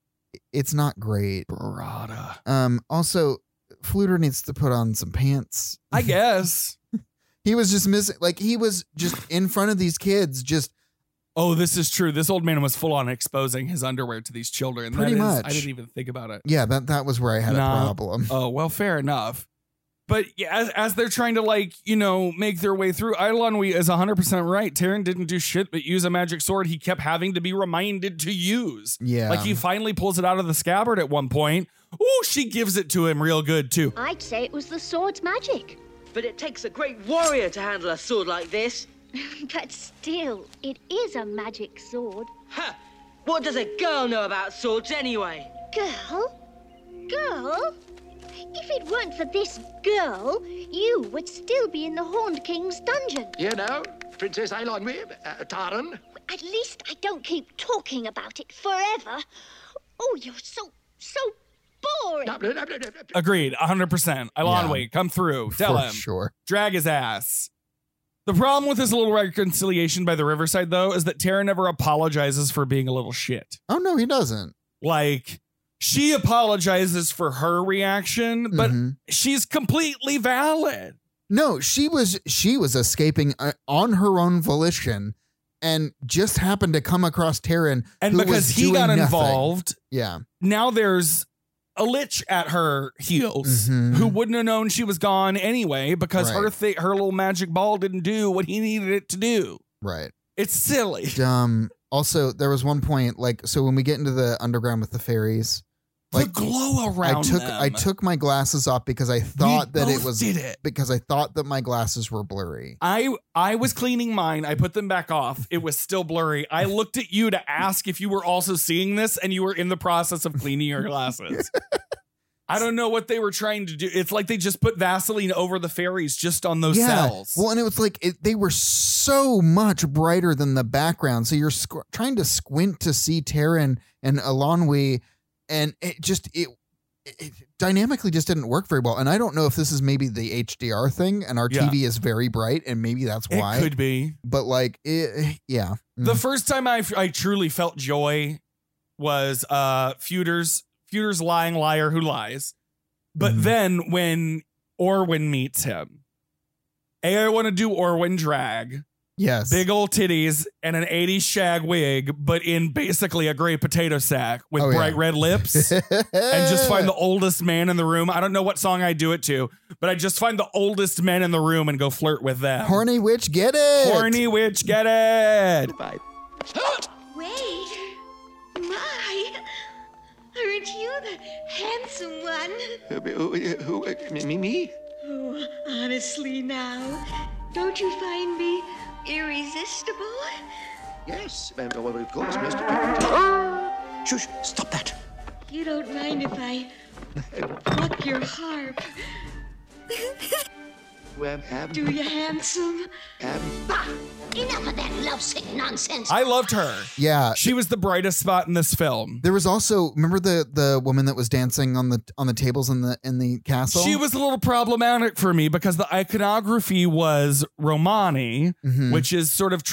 it's not great Burrata. um also fluter needs to put on some pants [laughs] I guess. he was just missing like he was just in front of these kids just Oh, this is true. This old man was full on exposing his underwear to these children. Pretty That is- I much. didn't even think about it. yeah that that was where i had Nah. a problem Oh, well, fair enough. But yeah, as, as they're trying to like, you know, make their way through, Ilonwe is 100% right. Taryn didn't do shit but use a magic sword he kept having to be reminded to use. yeah Like he finally pulls it out of the scabbard at one point. Ooh, she gives it to him real good too. I'd say it was the sword's magic. [laughs] But it takes a great warrior to handle a sword like this. but still, it is a magic sword. Ha! What does a girl know about swords anyway? Girl? Girl? If it weren't for this girl, you would still be in the Horned King's dungeon. You know, Princess Eilonwy, uh, Taran. At least I don't keep talking about it forever. Oh, you're so, so boring. No, no, no, no, no. Agreed, 100%. Ilonwe, come through. Tell for him. sure drag his ass. The problem with this little reconciliation by the Riverside, though, is that Tara never apologizes for being a little shit. oh no he doesn't Like, she apologizes for her reaction, but Mm-hmm. she's completely valid. No, she was she was escaping uh, on her own volition, and just happened to come across Taryn, And who because was he doing got nothing. involved, Yeah, now there's a lich at her heels Mhm. who wouldn't have known she was gone anyway because her Right. thi- her little magic ball didn't do what he needed it to do. right. It's silly. Dumb. um, Also, there was one point like so when we get into the underground with the fairies, like the glow around I took them. I took my glasses off because I thought that it both was did it. because I thought that my glasses were blurry. I I was cleaning mine. I put them back off. It was still blurry. I looked at you to ask if you were also seeing this, and you were in the process of cleaning your glasses. I don't know what they were trying to do. It's like they just put Vaseline over the fairies just on those cells. Well, and it was like it, they were so much brighter than the background. So you're squ- trying to squint to see Taryn and Alonwi, and it just it, it it dynamically just didn't work very well. And I don't know if this is maybe the HDR thing, and our Yeah. TV is very bright, and maybe that's It why. Mm. could be. but like, it, yeah, The first time I, I truly felt joy was uh Feuders Feuders lying liar who lies. But Mm. then when Orwin meets him, A, I want to do Orwin drag, yes, [laughs] big old titties and an 80s shag wig, but in basically a gray potato sack with Oh, yeah. bright red lips. and just [laughs] find the oldest man in the room. I don't know what song I do it to, but I just find the oldest men in the room and go flirt with them. horny witch. Get it, Horny witch, get it. Wait. My. Aren't you the handsome one? Uh, Who? Me? Me? Oh, honestly now, don't you find me irresistible? Yes. um, Well, of course, Mr. Pickford. Shush! Stop that. You don't mind if I pluck your harp, Um, um, do you, handsome? um, Bah! Enough of that lovesick nonsense. I loved her. Yeah, She was the brightest spot in this film. there was also remember the the woman that was dancing on the on the tables in the in the castle. She was a little problematic for me because the iconography was Romani, Mhm. which is sort of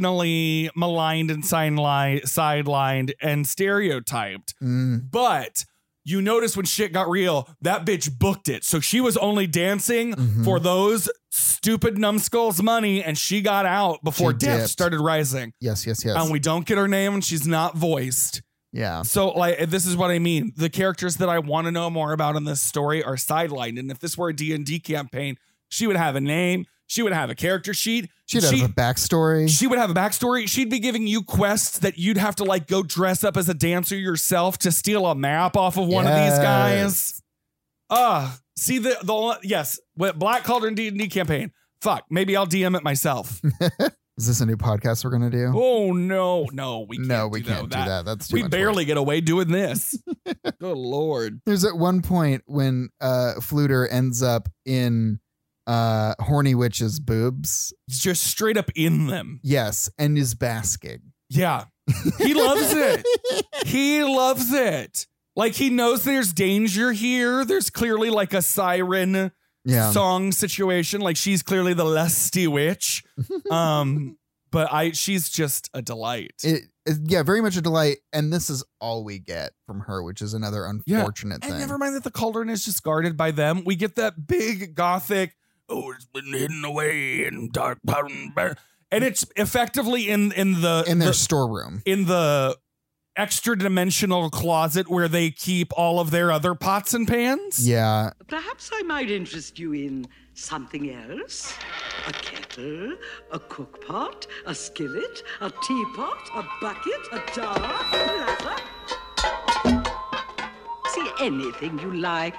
traditionally maligned and sideline- sidelined and stereotyped. Mm. But you notice when shit got real, that bitch booked it. So she was only dancing Mm-hmm. for those stupid numbskulls' money, and she got out before She death dipped. started rising. Yes, yes, yes. And we don't get her name, and she's not voiced. yeah. So, like, this is what I mean. The characters that I want to know more about in this story are sidelined, and if this were a D and D campaign, she would have a name. She would have a character sheet. She'd she, have a backstory. she would have a backstory. She'd be giving you quests that you'd have to like go dress up as a dancer yourself to steal a map off of one of these guys. Ah, see the the yes, what- Black Cauldron D and D campaign. Fuck, maybe I'll DM it [laughs] myself. Is this a new podcast we're gonna do? oh no, no, we can't no, we do can't do that. That's too we much barely work. get away [laughs] doing this. Good lord. There's at one point when uh Fluter ends up in uh horny witch's boobs. He's just straight up in them. Yes, and is basking. [laughs] Yeah. He loves it. He loves it. Like he knows there's danger here. There's clearly like a siren Yeah. song situation. Like she's clearly the [laughs] lusty witch. Um, but I she's just a delight. It, it- yeah, very much a delight. And this is all we get from her, which is another Yeah. unfortunate and thing. never mind that the cauldron is just guarded by them. We get that big gothic, oh, it's been hidden away in dark and it's effectively in in the in their the- storeroom. in the extra dimensional closet where they keep all of their other pots and pans. Yeah. Perhaps I might interest you in something else a kettle, a cook pot, a skillet, a teapot, a bucket, a jar, a platter. See anything you like.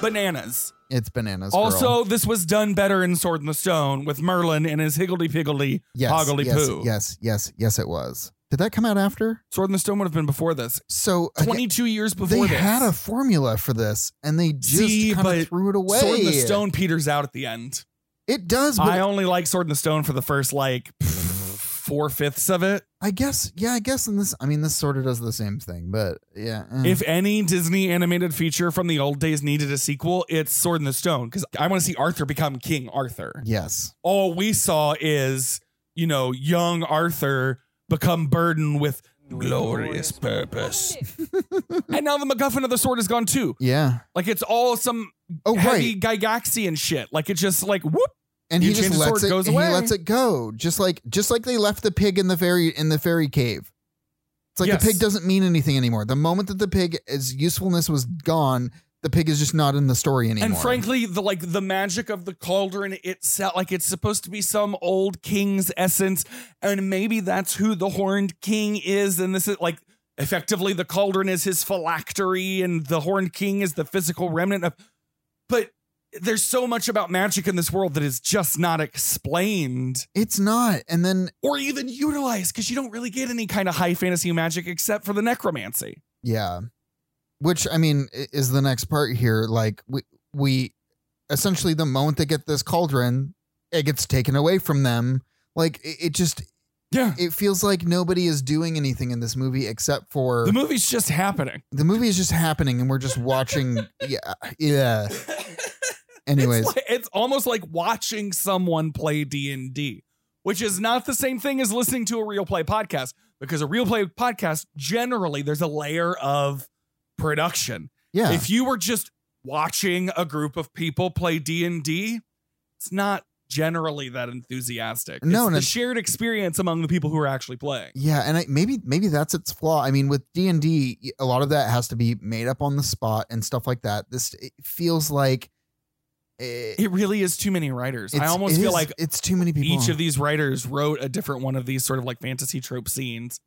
Bananas. It's bananas. girl. Also, this was done better in Sword in the Stone with Merlin and his higgledy piggledy yes, hoggledy yes, poo. yes, yes, yes, it was. Did that come out after? Sword in the Stone would have been before this. So again- 22 years before they this. had a formula for this and they See, just kind but of threw it away. Sword in the Stone peters out at the end. It does, but I I, only like Sword in the Stone for the first like four fifths of it. guess, yeah, I guess in this, I mean, this sort of does the same thing, but yeah. eh. If any Disney animated feature from the old days needed a sequel, it's Sword in the Stone because I want to see Arthur become King Arthur. yes, All we saw is, you know, young Arthur become burdened with glorious purpose. [laughs] and now the MacGuffin of the sword is gone too. Yeah. Like it's all some Oh, heavy Gygaxian shit. Like it just like whoop. And you he just change the lets sword, it. goes he away. lets it go, just like just like they left the pig in the fairy in the fairy cave. It's like Yes. the pig doesn't mean anything anymore. The moment that the pig its usefulness was gone, the pig is just not in the story anymore. And frankly, the like the magic of the cauldron itself, like it's supposed to be some old king's essence, and maybe that's who the horned king is. And this is like effectively the cauldron is his phylactery, and the horned king is the physical remnant of. But there's so much about magic in this world that is just not explained it's not. And then or even utilized because you don't really get any kind of high fantasy magic except for the necromancy. Yeah. Which I mean i- is the next part here. Like we we essentially the moment they get this cauldron, it gets taken away from them. Like it, it just Yeah. it feels like nobody is doing anything in this movie except for The movie's just happening. the movie is just happening and we're just [laughs] watching yeah yeah. Anyways, It's, like- it's almost like watching someone play D&D, which is not the same thing as listening to a real play podcast because a real play podcast generally there's a layer of production. yeah. If you were just watching a group of people play D&D, it's not generally that enthusiastic. No, it's and the it- shared experience among the people who are actually playing. Yeah, and I, maybe maybe that's its flaw. I mean, with D and D, a lot of that has to be made up on the spot and stuff like that. This it feels like eh, It really is too many writers. I it's- almost it feel is- like it's too many people. each of these writers wrote a different one of these sort of like fantasy trope scenes.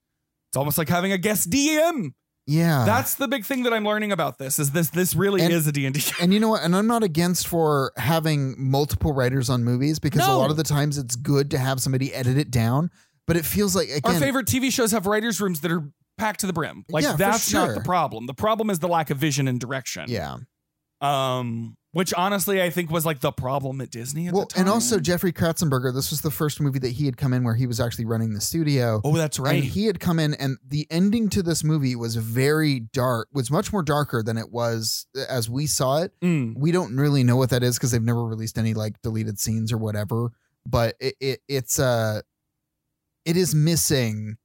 It's almost like having a guest DM. yeah, That's the big thing that I'm learning about this is this this really Uh. And- is a D&D. game. and you know what? And I'm not against for having multiple writers on movies because a No. lot of the times it's good to have somebody edit it down. But it feels like again, Our favorite TV shows have writers rooms that are packed to the brim. Like Yeah, for that's not the sure. problem. The problem is the lack of vision and direction. yeah. Um which honestly I think was like the problem at Disney at Well, the time. and also Jeffrey Kratzenberger. This was the first movie that he had come in where he was actually running the studio. Oh, that's right. And he had come in, and the ending to this movie was very dark, was much more darker than it was as we saw it. Mm. We don't really know what that is because they've never released any like deleted scenes or whatever. But it, it it's uh it is missing.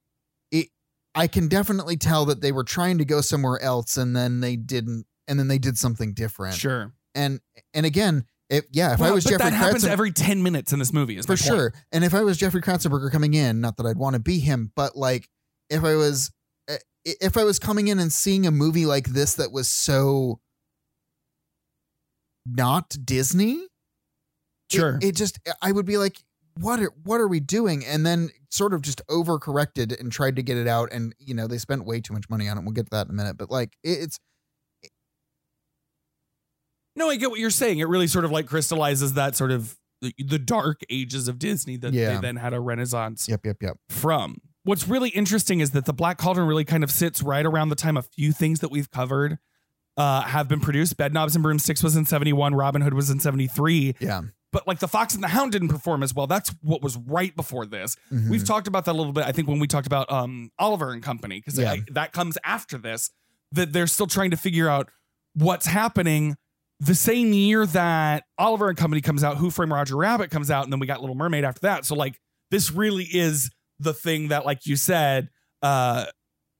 It I can definitely tell that they were trying to go somewhere else and then they didn't and then they did something different. Sure. And and again, if yeah, if I Well, was but Jeffrey that happens Kratzen- every 10 minutes in this movie is my for point. sure. And if I was Jeffrey Kratzenberger coming in, not that I'd want to be him, but like if I was eh, i- if I was coming in and seeing a movie like this that was so not Disney, it- Sure. it, just eh, I would be like, what are what are we doing? And then sort of just overcorrected and tried to get it out, and you know they spent way too much money on it. We'll get to that in a minute, but like it, it's No, I get what you're saying. It really sort of like crystallizes that sort of the, the dark ages of Disney that Yeah. they then had a renaissance yep, yep, yep. from. What's really interesting is that the Black Cauldron really kind of sits right around the time a few things that we've covered uh, have been produced. Bedknobs and Broomsticks was in 71, Robin Hood was in 73. Yeah. But like The Fox and the Hound didn't perform as well. That's what was right before this. We've Mhm. talked about that a little bit, I think, when we talked about um, Oliver and Company, because Yeah. that comes after this, that they're still trying to figure out what's happening. The same year that Oliver and Company comes out, Who Framed Roger Rabbit comes out, and then we got Little Mermaid after that. So, like, this really is the thing that, like you said, uh,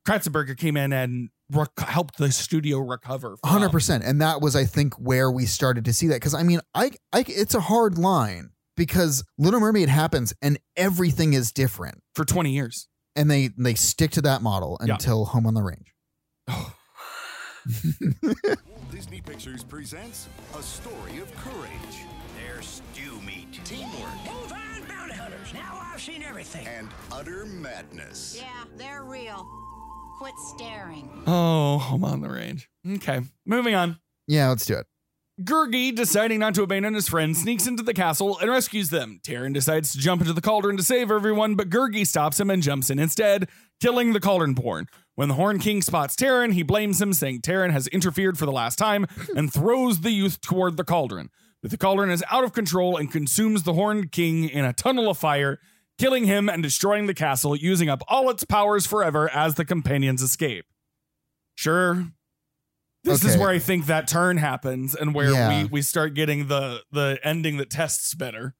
Kratzenberger came in and rec- helped the studio recover. from. hundred percent. And that was, I think, where we started to see that. Because I mean, I, I, it's a hard line because Little Mermaid happens and everything is different, for 20 years. and they they stick to that model Yeah. until Home on the Range. Disney Pictures presents a story of courage. Their stew meat. Teamwork. Move on, bounty hunters. Now I've seen everything. And utter madness. Yeah, they're real. Quit staring. Oh, Home on the Range. Okay, moving on. Yeah, let's do it. Gurgi, deciding not to abandon his friend, sneaks into the castle and rescues them. Taryn decides to jump into the cauldron to save everyone, but Gurgi stops him and jumps in instead, killing the cauldron porn. When the Horn King spots Taryn, he blames him, saying Taryn has interfered for the last time, and throws the youth toward the cauldron. But the cauldron is out of control and consumes the Horn King in a tunnel of fire, killing him and destroying the castle, using up all its powers forever as the companions escape. Sure, this is Okay. where I think that turn happens and where Yeah. we we start getting the the ending that tests better.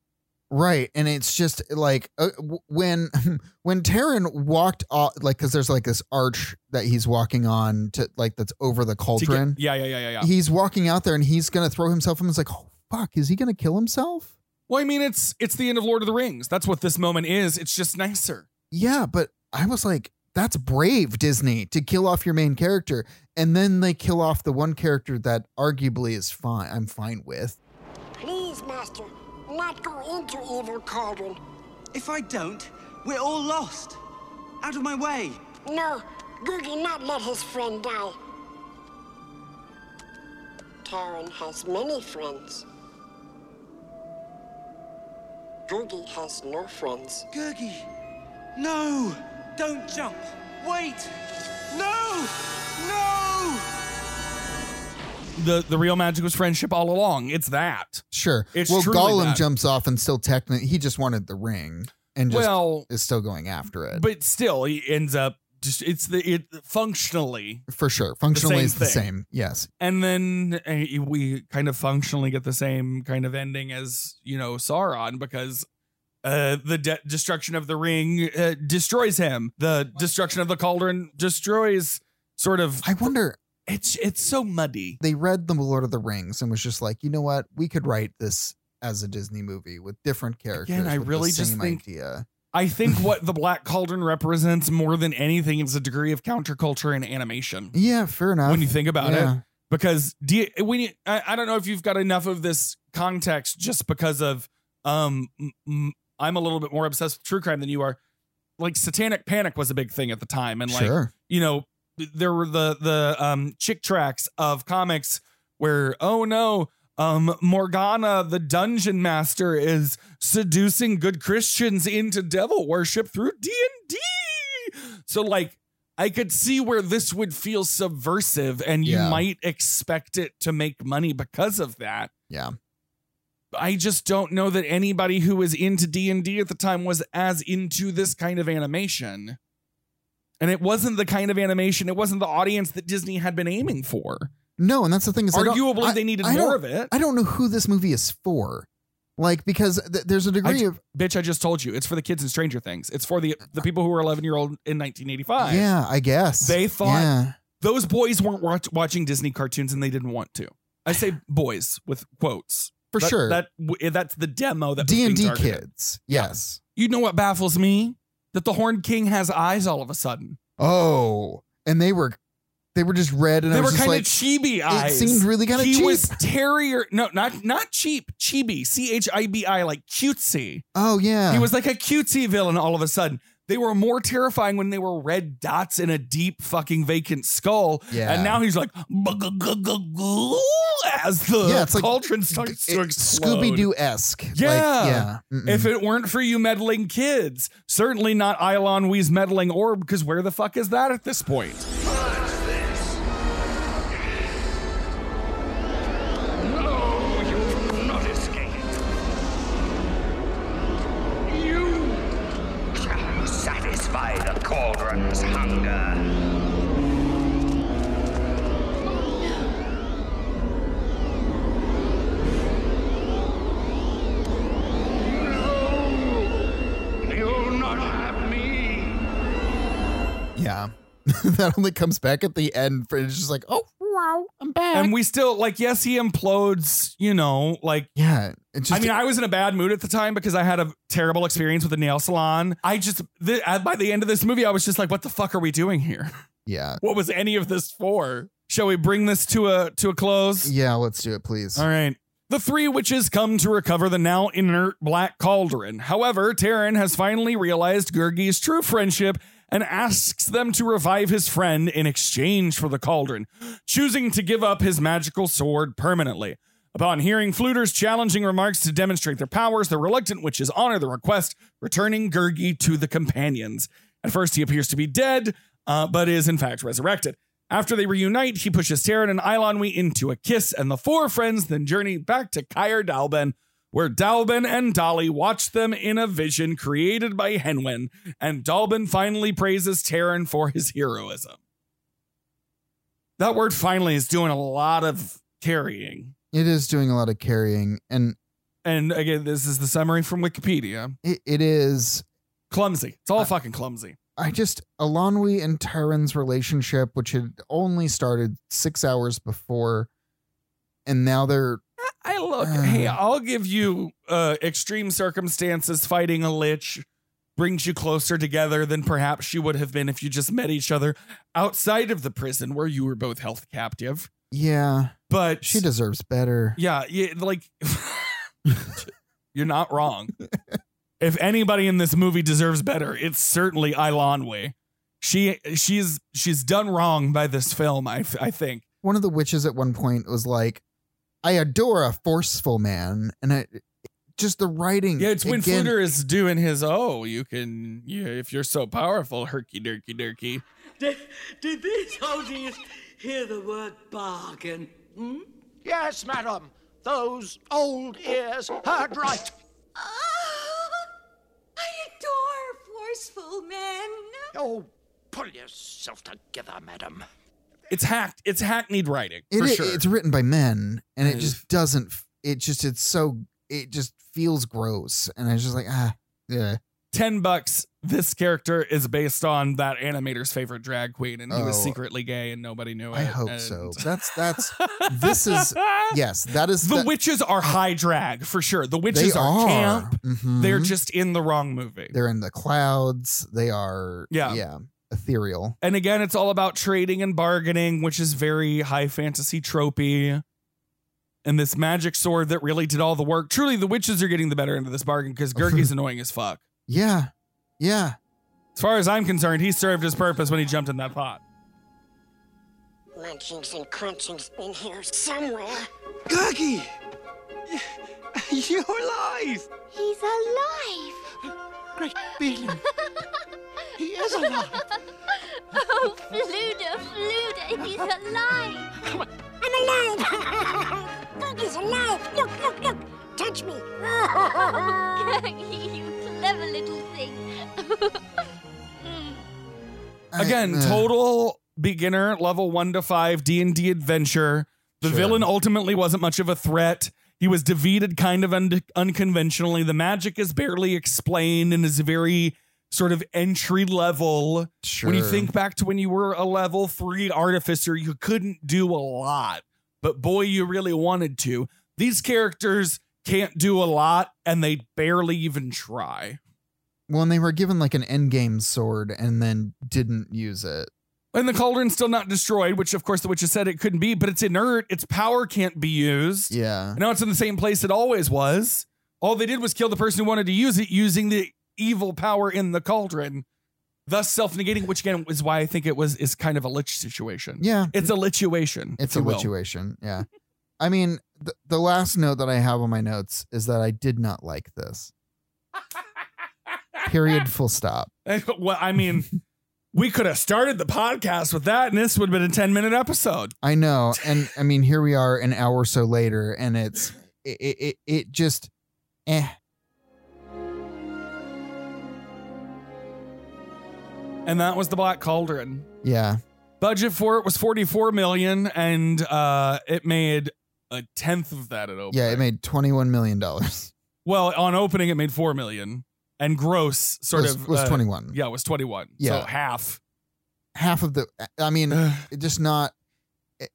Right, and it's just like uh, w- when [laughs] when Taryn walked off, like because there's like this arch that he's walking on to like that's over the To get- cauldron. yeah, yeah, yeah, yeah, yeah. He's walking out there and he's gonna throw himself. And it's like, oh fuck, is he gonna kill himself? well, I mean, it's it's the end of Lord of the Rings. That's what this moment is. It's just nicer. Yeah, but I was like, that's brave Disney to kill off your main character, and then they kill off the one character that arguably is fine. I'm fine with. Please, Master, not go into Evil Cauldron. If I don't, we're all lost. Out of my way. No, Googie not let his friend die. Taryn has many friends. Googie has no friends. Gurgi, no! Don't jump! Wait! No! No! The the real magic was friendship all along. It's that. Sure. It's well, truly Gollum that. jumps off and still technically he just wanted the ring and just Well- is still going after it. But still, he ends up just it's the it functionally for sure, functionally same it's the thing. same. Yes. and then uh, we kind of functionally get the same kind of ending as you know Sauron because uh, the de- destruction of the ring uh, destroys him. The destruction of the cauldron destroys sort of. I wonder It's it's so muddy. they read the Lord of the Rings and was just like, you know what, we could write this as a Disney movie with different characters. Again, I with the really just same think- idea. I think what the Black Cauldron represents more than anything is a degree of counterculture and animation. Yeah, fair enough. when you think about Yeah. it. Because do you, when you, I, I don't know if you've got enough of this context just because of um m- m- I'm a little bit more obsessed with true crime than you are. Like satanic panic was a big thing at the time, and like Sure. you know there were the the um chick tracks of comics where oh no um Morgana the dungeon master is seducing good Christians into devil worship through D&D. So like I could see where this would feel subversive and you Yeah. might expect it to make money because of that. Yeah. I just don't know that anybody who was into D&D at the time was as into this kind of animation. And it wasn't the kind of animation, it wasn't the audience that Disney had been aiming for. No, and that's the thing is, I don't- Arguably, I- they needed I more don't- of it. I don't know who this movie is for, like because th- there's a I degree ju- of bitch, I just told you, it's for the kids in Stranger Things. It's for the the people who were 11 year old in 1985. yeah, I guess They thought Yeah. those boys weren't watch- watching Disney cartoons and they didn't want to. I say boys with quotes For That- sure. That w- eh, that's the demo that was D being and D targeted. kids. Yes. You know what baffles me? That the Horned King has eyes all of a sudden. Oh, and they were they were just red, and they I were was kind of just like, chibi eyes. seemed really kinda He cheap. was terrier. No, not not cheap. Chibi. C H I B I. Like cutesy. oh yeah, He was like a cutesy villain all of a sudden. They were more terrifying when they were red dots in a deep fucking vacant skull. Yeah. And now he's like "Bug-a-gug-a-goo," as the Yeah, it's like- uh, cauldron starts to explode. Scooby Doo esque. Yeah. yeah. Mm-mm. If it weren't for you meddling kids, certainly not Ilon Wee's meddling orb, because where the fuck is that at this point? No, you've not escaped. You shall satisfy the cauldron's hunger. You'll not have me. yeah. [laughs] that only comes back at the end for it's just like, oh wow, I'm back. And we still like, yes, he implodes. You know, like yeah. It's just I mean, I was in a bad mood at the time because I had a terrible experience with a nail salon. I just th- uh, by the end of this movie, I was just like, what the fuck are we doing here? [laughs] yeah. What was any of this for? Shall we bring this to a to a close? Yeah, let's do it, please. All right. The three witches come to recover the now inert black cauldron. However, Taryn has finally realized Gurgi's true friendship and asks them to revive his friend in exchange for the cauldron, choosing to give up his magical sword permanently. Upon hearing Fluter's challenging remarks to demonstrate their powers, the reluctant witches honor the request, returning Gurgi to the companions. At first, he appears to be dead, uh, but is in fact resurrected. After they reunite, he pushes Taryn and Ilanwi into a kiss, and the four friends then journey back to Kyr Dalben, where Dalben and Dolly watch them in a vision created by Henwin, and Dalben finally praises Taryn for his heroism. That word finally is doing a lot of carrying. It is doing a lot of carrying, and And again, this is the summary from Wikipedia. It, it is clumsy. It's all fucking clumsy. I just Alanwi and Tyron's relationship, which had only started six hours before, and now they're I look. hey, I'll give you uh, extreme circumstances. Fighting a lich brings you closer together than perhaps you would have been if you just met each other outside of the prison where you were both held captive. yeah. But She deserves better. yeah, yeah like [laughs] you're not wrong. if anybody in this movie deserves better, it's certainly Ilan Way. She she's she's done wrong by this film. I I think. One of the witches at one point was like, "I adore a forceful man," and I just the writing. Yeah, it's when again- Fluter is doing his oh, you can yeah, if you're so powerful, herky derky derky. Did, did these audience hear the word bargain? Hmm? Yes, madam. Those old ears heard right. Ah, I adore forceful men. Oh, pull yourself together, madam. It's hacked. It's hackneyed writing It for i- sure. It's written by men, and it just doesn't. f- It just it's so it just feels gross, and I was just like ah yeah. Ten bucks. This character is based on that animator's favorite drag queen, and he was Oh. secretly gay, and nobody knew it. I hope and- [laughs] so. That's that's this is yes that is The witches are high drag for sure. The witches They are, are. camp. Mhm. They're just in the wrong movie. They're in the clouds. They are Yeah. yeah ethereal. And again, it's all about trading and bargaining, which is very high fantasy tropey. And this magic sword that really did all the work. Truly, the witches are getting the better end of this bargain because Gurgi's annoying as fuck. Yeah, yeah. As far as I'm concerned, he served his purpose when he jumped in that pot. Munchings and crunchings in here somewhere. Gurgi! You're alive! He's alive. Great Beelum! He is alive! Oh, Fluda, Fluda, he's alive. I'm alive! [laughs] Fergie's alive! Look, look, look! Touch [laughs] me! Oh, Gurgi, you clever little thing. [laughs] Hmm. Uh, Again, total beginner level one to five D and D adventure. The villain ultimately wasn't much of a threat. He was defeated kind of un- unconventionally. The magic is barely explained and is very sort of entry level. When you Sure. think back to when you were a level three artificer, you couldn't do a lot, but boy, you really wanted to. These characters can't do a lot and they barely even try. Well, and they were given like an endgame sword and then didn't use it. And the cauldron's still not destroyed, which of course the witches said it couldn't be, but it's inert. Its power can't be used. Yeah. And now it's in the same place it always was. All they did was kill the person who wanted to use it using the evil power in the cauldron, thus self negating, which again is why I think it was is kind of a lich situation. Yeah. It's a lituation. It's a if you will. situation. Yeah. I mean, the, the last note that I have on my notes is that I did not like this. [laughs] Period. Full stop. Eh, well, [laughs] I mean, we could have started the podcast with that, and this would have been a 10 minute episode. I know, and I mean, here we are an hour or so later, and it's it it, it, it just eh. And that was the Black Cauldron. Yeah. Budget for it was 44 million, and uh, it made a tenth of that at opening. Yeah, it made twenty one million dollars. Well, on opening, it made four million, and gross [laughs] sort Was- of uh, was 21. Yeah, it was twenty one. Yeah. so half. Half of the I mean, it just not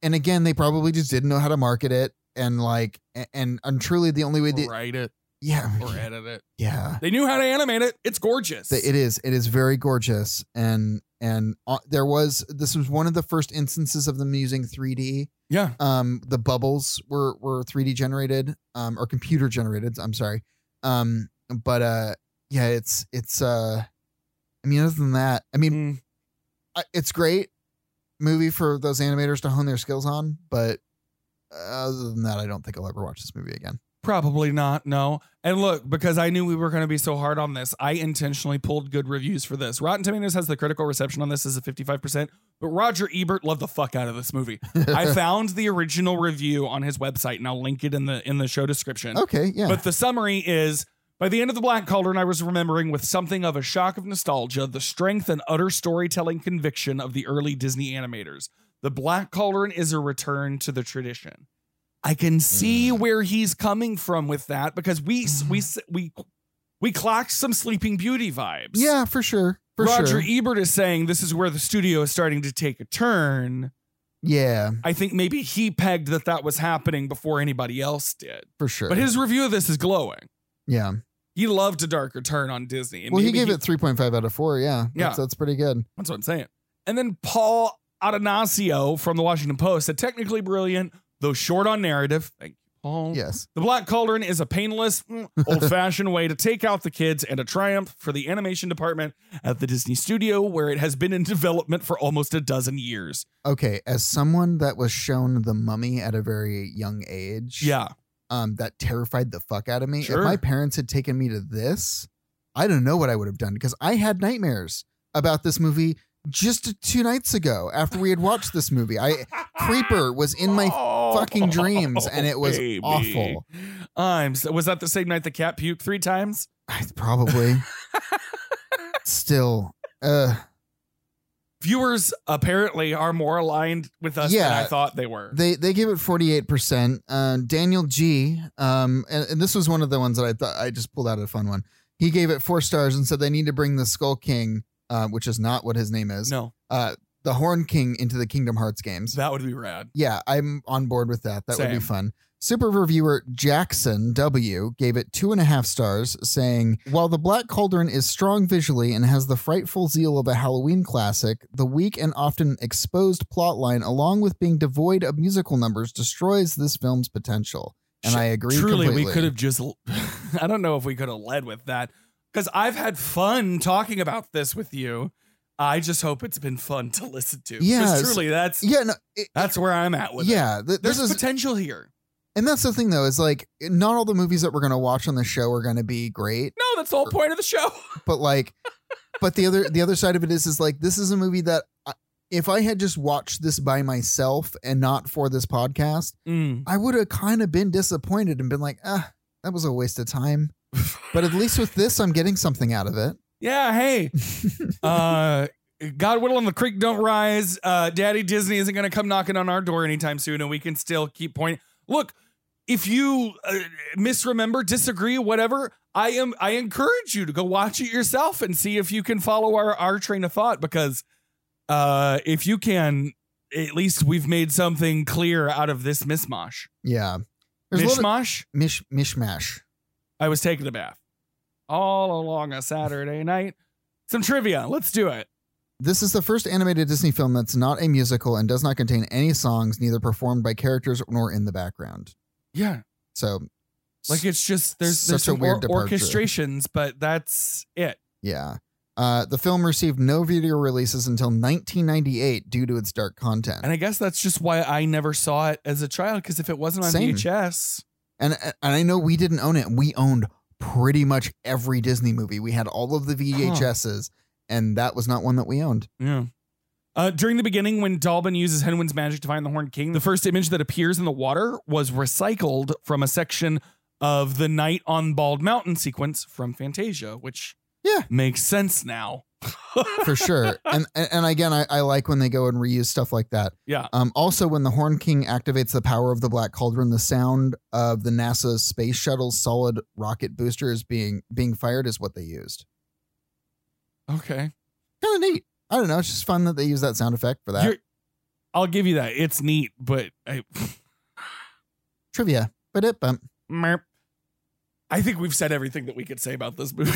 and again, they probably just didn't know how to market it and like a- and, and truly the only way they write it Yeah. or edit it. Yeah. They knew how to animate it. It's gorgeous. It is it is very gorgeous and and uh, there was this was one of the first instances of them using 3D. Yeah. Um the bubbles were were 3D generated um or computer generated, I'm sorry. Um but uh yeah, it's it's uh I mean other than that, I Mm. mean I, it's great movie for those animators to hone their skills on, but other than that, I don't think I'll ever watch this movie again. Probably not. No. And look, because I knew we were going to be so hard on this, I intentionally pulled good reviews for this. Rotten Tomatoes has the critical reception on this as a 55%, but Roger Ebert loved the fuck out of this movie. I found the original review on his website and I'll link it in the in the show description. Okay, yeah. But the summary is by the end of The Black Cauldron, I was remembering with something of a shock of nostalgia the strength and utter storytelling conviction of the early Disney animators. The Black Cauldron is a return to the tradition. I can see Hmm. where he's coming from with that because we s- [sighs] we s- we we clocked some Sleeping Beauty vibes. Yeah, for sure. For Roger sure. E Ebert is saying this is where the studio is starting to take a turn. yeah, I think maybe he pegged that that was happening before anybody else did. for sure. But his review of this is glowing. yeah. He loved a darker turn on Disney. and Well, he maybe gave it 3.5 out of 4. Yeah. Yeah. That's, that's pretty good. That's what I'm saying. And then Paul Adonasio from the Washington Post said, technically brilliant, though short on narrative. Thank you, Paul. Yes. The Black Cauldron is a painless, Mm. [laughs] old fashioned way to take out the kids and a triumph for the animation department at the Disney studio, where it has been in development for almost a dozen years. Okay. As someone that was shown the mummy at a very young age, Yeah. um, that terrified the fuck out of me. Sure. If my parents had taken me to this, I don't know what I would have done because I had nightmares about this movie just two nights ago after we had watched this movie. I Creeper was in my fucking dreams and it was Oh. [laughs] Baby. awful. I'm so, was that the same night the cat puked three times? Probably. Still. Uh Viewers apparently are more aligned with us than Yeah. I thought they were. They they give it forty eight percent. Uh, Daniel G. Um, and, and this was one of the ones that I thought I just pulled out a fun one. He gave it four stars and said they need to bring the Skull King, uh, which is not what his name is. No. uh, the Horn King into the Kingdom Hearts games. That would be rad. yeah, I'm on board with that. That would Same. be fun. Super reviewer Jackson W gave it two and a half stars, saying, While the Black Cauldron is strong visually and has the frightful zeal of a Halloween classic, the weak and often exposed plotline, along with being devoid of musical numbers, destroys this film's potential. And I agree. Truly, completely. we could have just. l- [laughs] I don't know if we could have led with that because I've had fun talking about this with you. I just hope it's been fun to listen to. 'Cause Yeah, truly, that's Yeah, no, it- that's where I'm at with it. yeah. th- There's this is potential here. And that's the thing, though, is like not all the movies that we're going to watch on the show are going to be great, No, that's the whole point of the show. but like, but the other the other side of it is is like this is a movie that I, if I had just watched this by myself and not for this podcast, Mm. I would have kind of been disappointed and been like, ah, that was a waste of time. but at least with this, I'm getting something out of it. [laughs] Yeah, hey. uh God will on the creek don't rise. Uh Daddy Disney isn't gonna come knocking on our door anytime soon, and we can still keep pointing. Look, if you uh, misremember, disagree, whatever, I am I encourage you to go watch it yourself and see if you can follow our our train of thought because uh if you can, at least we've made something clear out of this mismosh. Yeah, there's a little Mishmash? mish mishmash. I was taking a bath all along a Saturday night. Some trivia. Let's do it. This is the first animated Disney film that's not a musical and does not contain any songs, neither performed by characters nor in the background. Yeah. So Like it's just there's Such there's a some weird or- departure. orchestrations, but that's it. Yeah. Uh, the film received no video releases until 1998 due to its dark content. And I guess that's just why I never saw it as a child because if it wasn't on Same. VHS, And, and I know we didn't own it. We owned pretty much every Disney movie. We had all of the VHSs, and that was not one that we owned. yeah. Uh, during the beginning, when Dalbin uses Henwin's magic to find the Horned King, the first image that appears in the water was recycled from a section of the Night on Bald Mountain sequence from Fantasia, which Yeah. makes sense now. [laughs] For sure. and, and and again, I, I like when they go and reuse stuff like that. Yeah. Um, also, when the Horn King activates the power of the Black Cauldron, the sound of the NASA space shuttle's solid rocket boosters being being fired is what they used. Okay. Kind of neat. I don't know. It's just fun that they use that sound effect for that. You're- I'll give you that. It's neat, but I, [laughs] Trivia. But it bump. Merp. I think we've said everything that we could say about this [laughs] movie.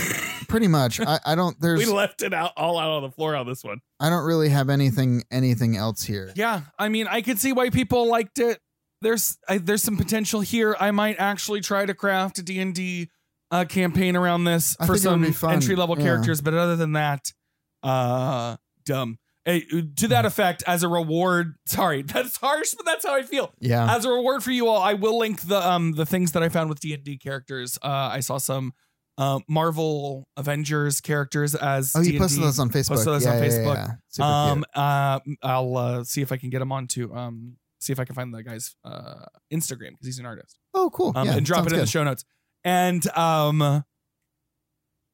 pretty much i, I [laughs] don't we there's left it out all out on the floor on this one. i don't really have anything anything else here Yeah, I mean, I could see why people liked it. There's I, there's some potential here. I might actually try to craft a D and D uh, campaign around this I for think it would some be fun, entry level yeah. characters, but other than that, uh, dumb. Hey, to that effect, as a reward. Sorry, [laughs] that's harsh, but that's how I feel. yeah As a reward for you all, I will link the um the things that I found with D and D characters. Uh, I saw some uh, Marvel Avengers characters as oh you D&D. posted those on facebook Posted those yeah, on yeah, Facebook. yeah, yeah. Super Um, cute. uh, I'll uh, see if I can get him on to um, see if I can find the guy's uh, Instagram because he's an artist. oh cool Um, yeah, and drop it sounds in the good. show notes. And um, I'll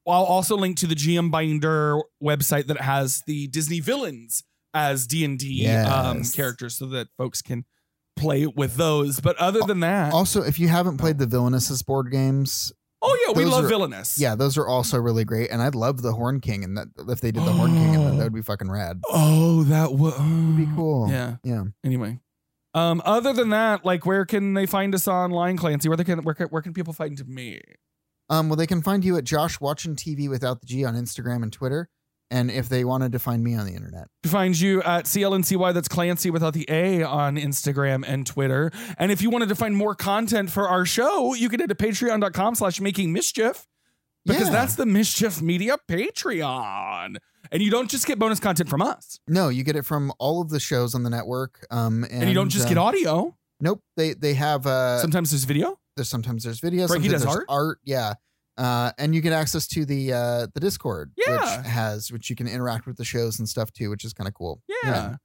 also link to the GM Binder website that has the Disney villains as D um, and D Yes. characters, so that folks can play with those. But other than that, Also, if you haven't played the Villainous board games, oh yeah, we those love are- Villainous. Yeah, those are also really great, and I'd love the Horn King, and that if they did the Horn King, and that, that would be fucking rad. Oh, that would be cool. Yeah. yeah. Anyway, um, other than that, like, where can they find us online, Clancy? Where they can where can, where can people find me? Um, well, they can find you at Josh Watching TV without the G on Instagram and Twitter, and if they wanted to find me on the internet, You find you at CLNCY, that's Clancy without the A on Instagram and Twitter. And if you wanted to find more content for our show, you can head to patreon.com slash making mischief because Yeah. that's the Mischief Media Patreon. And you don't just get bonus content from us. no, you get it from all of the shows on the network. Um, and, And, you don't just get um, audio. Nope they they have uh, Sometimes there's video. there's sometimes there's videos. Frankie sometimes does there's art. Yeah. Uh, and you get access to the uh, the Discord, Yeah. which has which you can interact with the shows and stuff too, which is kind of cool. Yeah.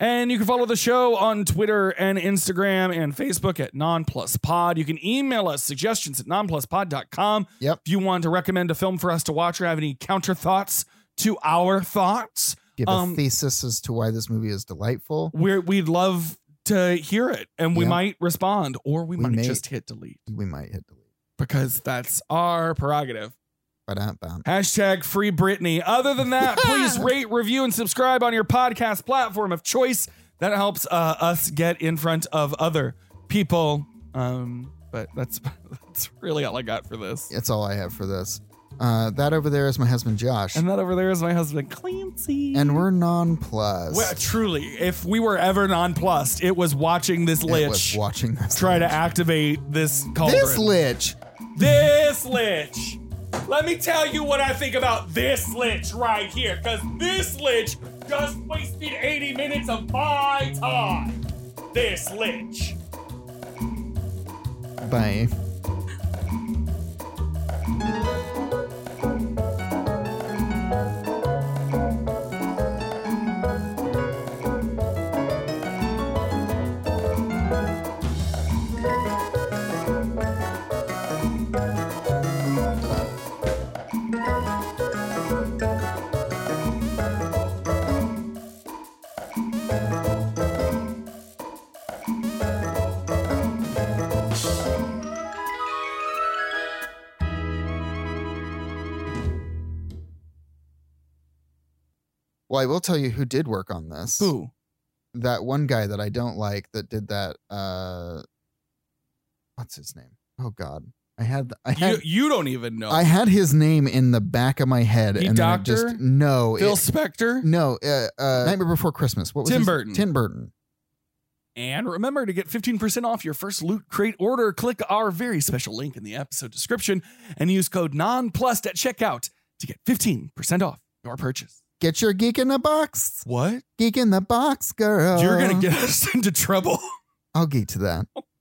And you can follow the show on Twitter and Instagram and Facebook at nonpluspod. You can email us suggestions at nonpluspod.com. Yep. If you want to recommend a film for us to watch or have any counter thoughts to our thoughts, Give a um, thesis as to why this movie is delightful. we're, we'd love to hear it and we Yeah. might respond or we, We might may- just hit delete We might hit delete. because that's our prerogative. But uh, Hashtag free Britney. Other [laughs] than that, please rate, review, and subscribe on your podcast platform of choice. That helps uh, us get in front of other people. Um, but that's [laughs] that's really all I got for this. That's all I have for this. Uh, that over there is my husband Josh, And that over there is my husband Clancy. and we're nonplussed. Well, truly, if we were ever nonplussed, it was watching this It was lich watching this. try to activate this cauldron. This lich. This lich. Let me tell you what I think about this lich right here, because this lich just wasted 80 minutes of my time. This lich. Bye. Well, I will tell you who did work on this. Who? That one guy that I don't like that did that. Uh, what's his name? Oh God, I had I You, had you don't even know. I had his name in the back of my head, He and then it doctor? just no, Phil it- Spector. no, uh, uh, Nightmare Before Christmas. What was Tim his- Burton. Tim Burton. And remember to get 15% off your first Loot Crate order. Click our very special link in the episode description and use code NONPLUSED at checkout to get 15% off your purchase. Get your geek in the box. What? Geek in the box, girl. Uh-huh. You're going to get us [laughs] into trouble. I'll geek to that.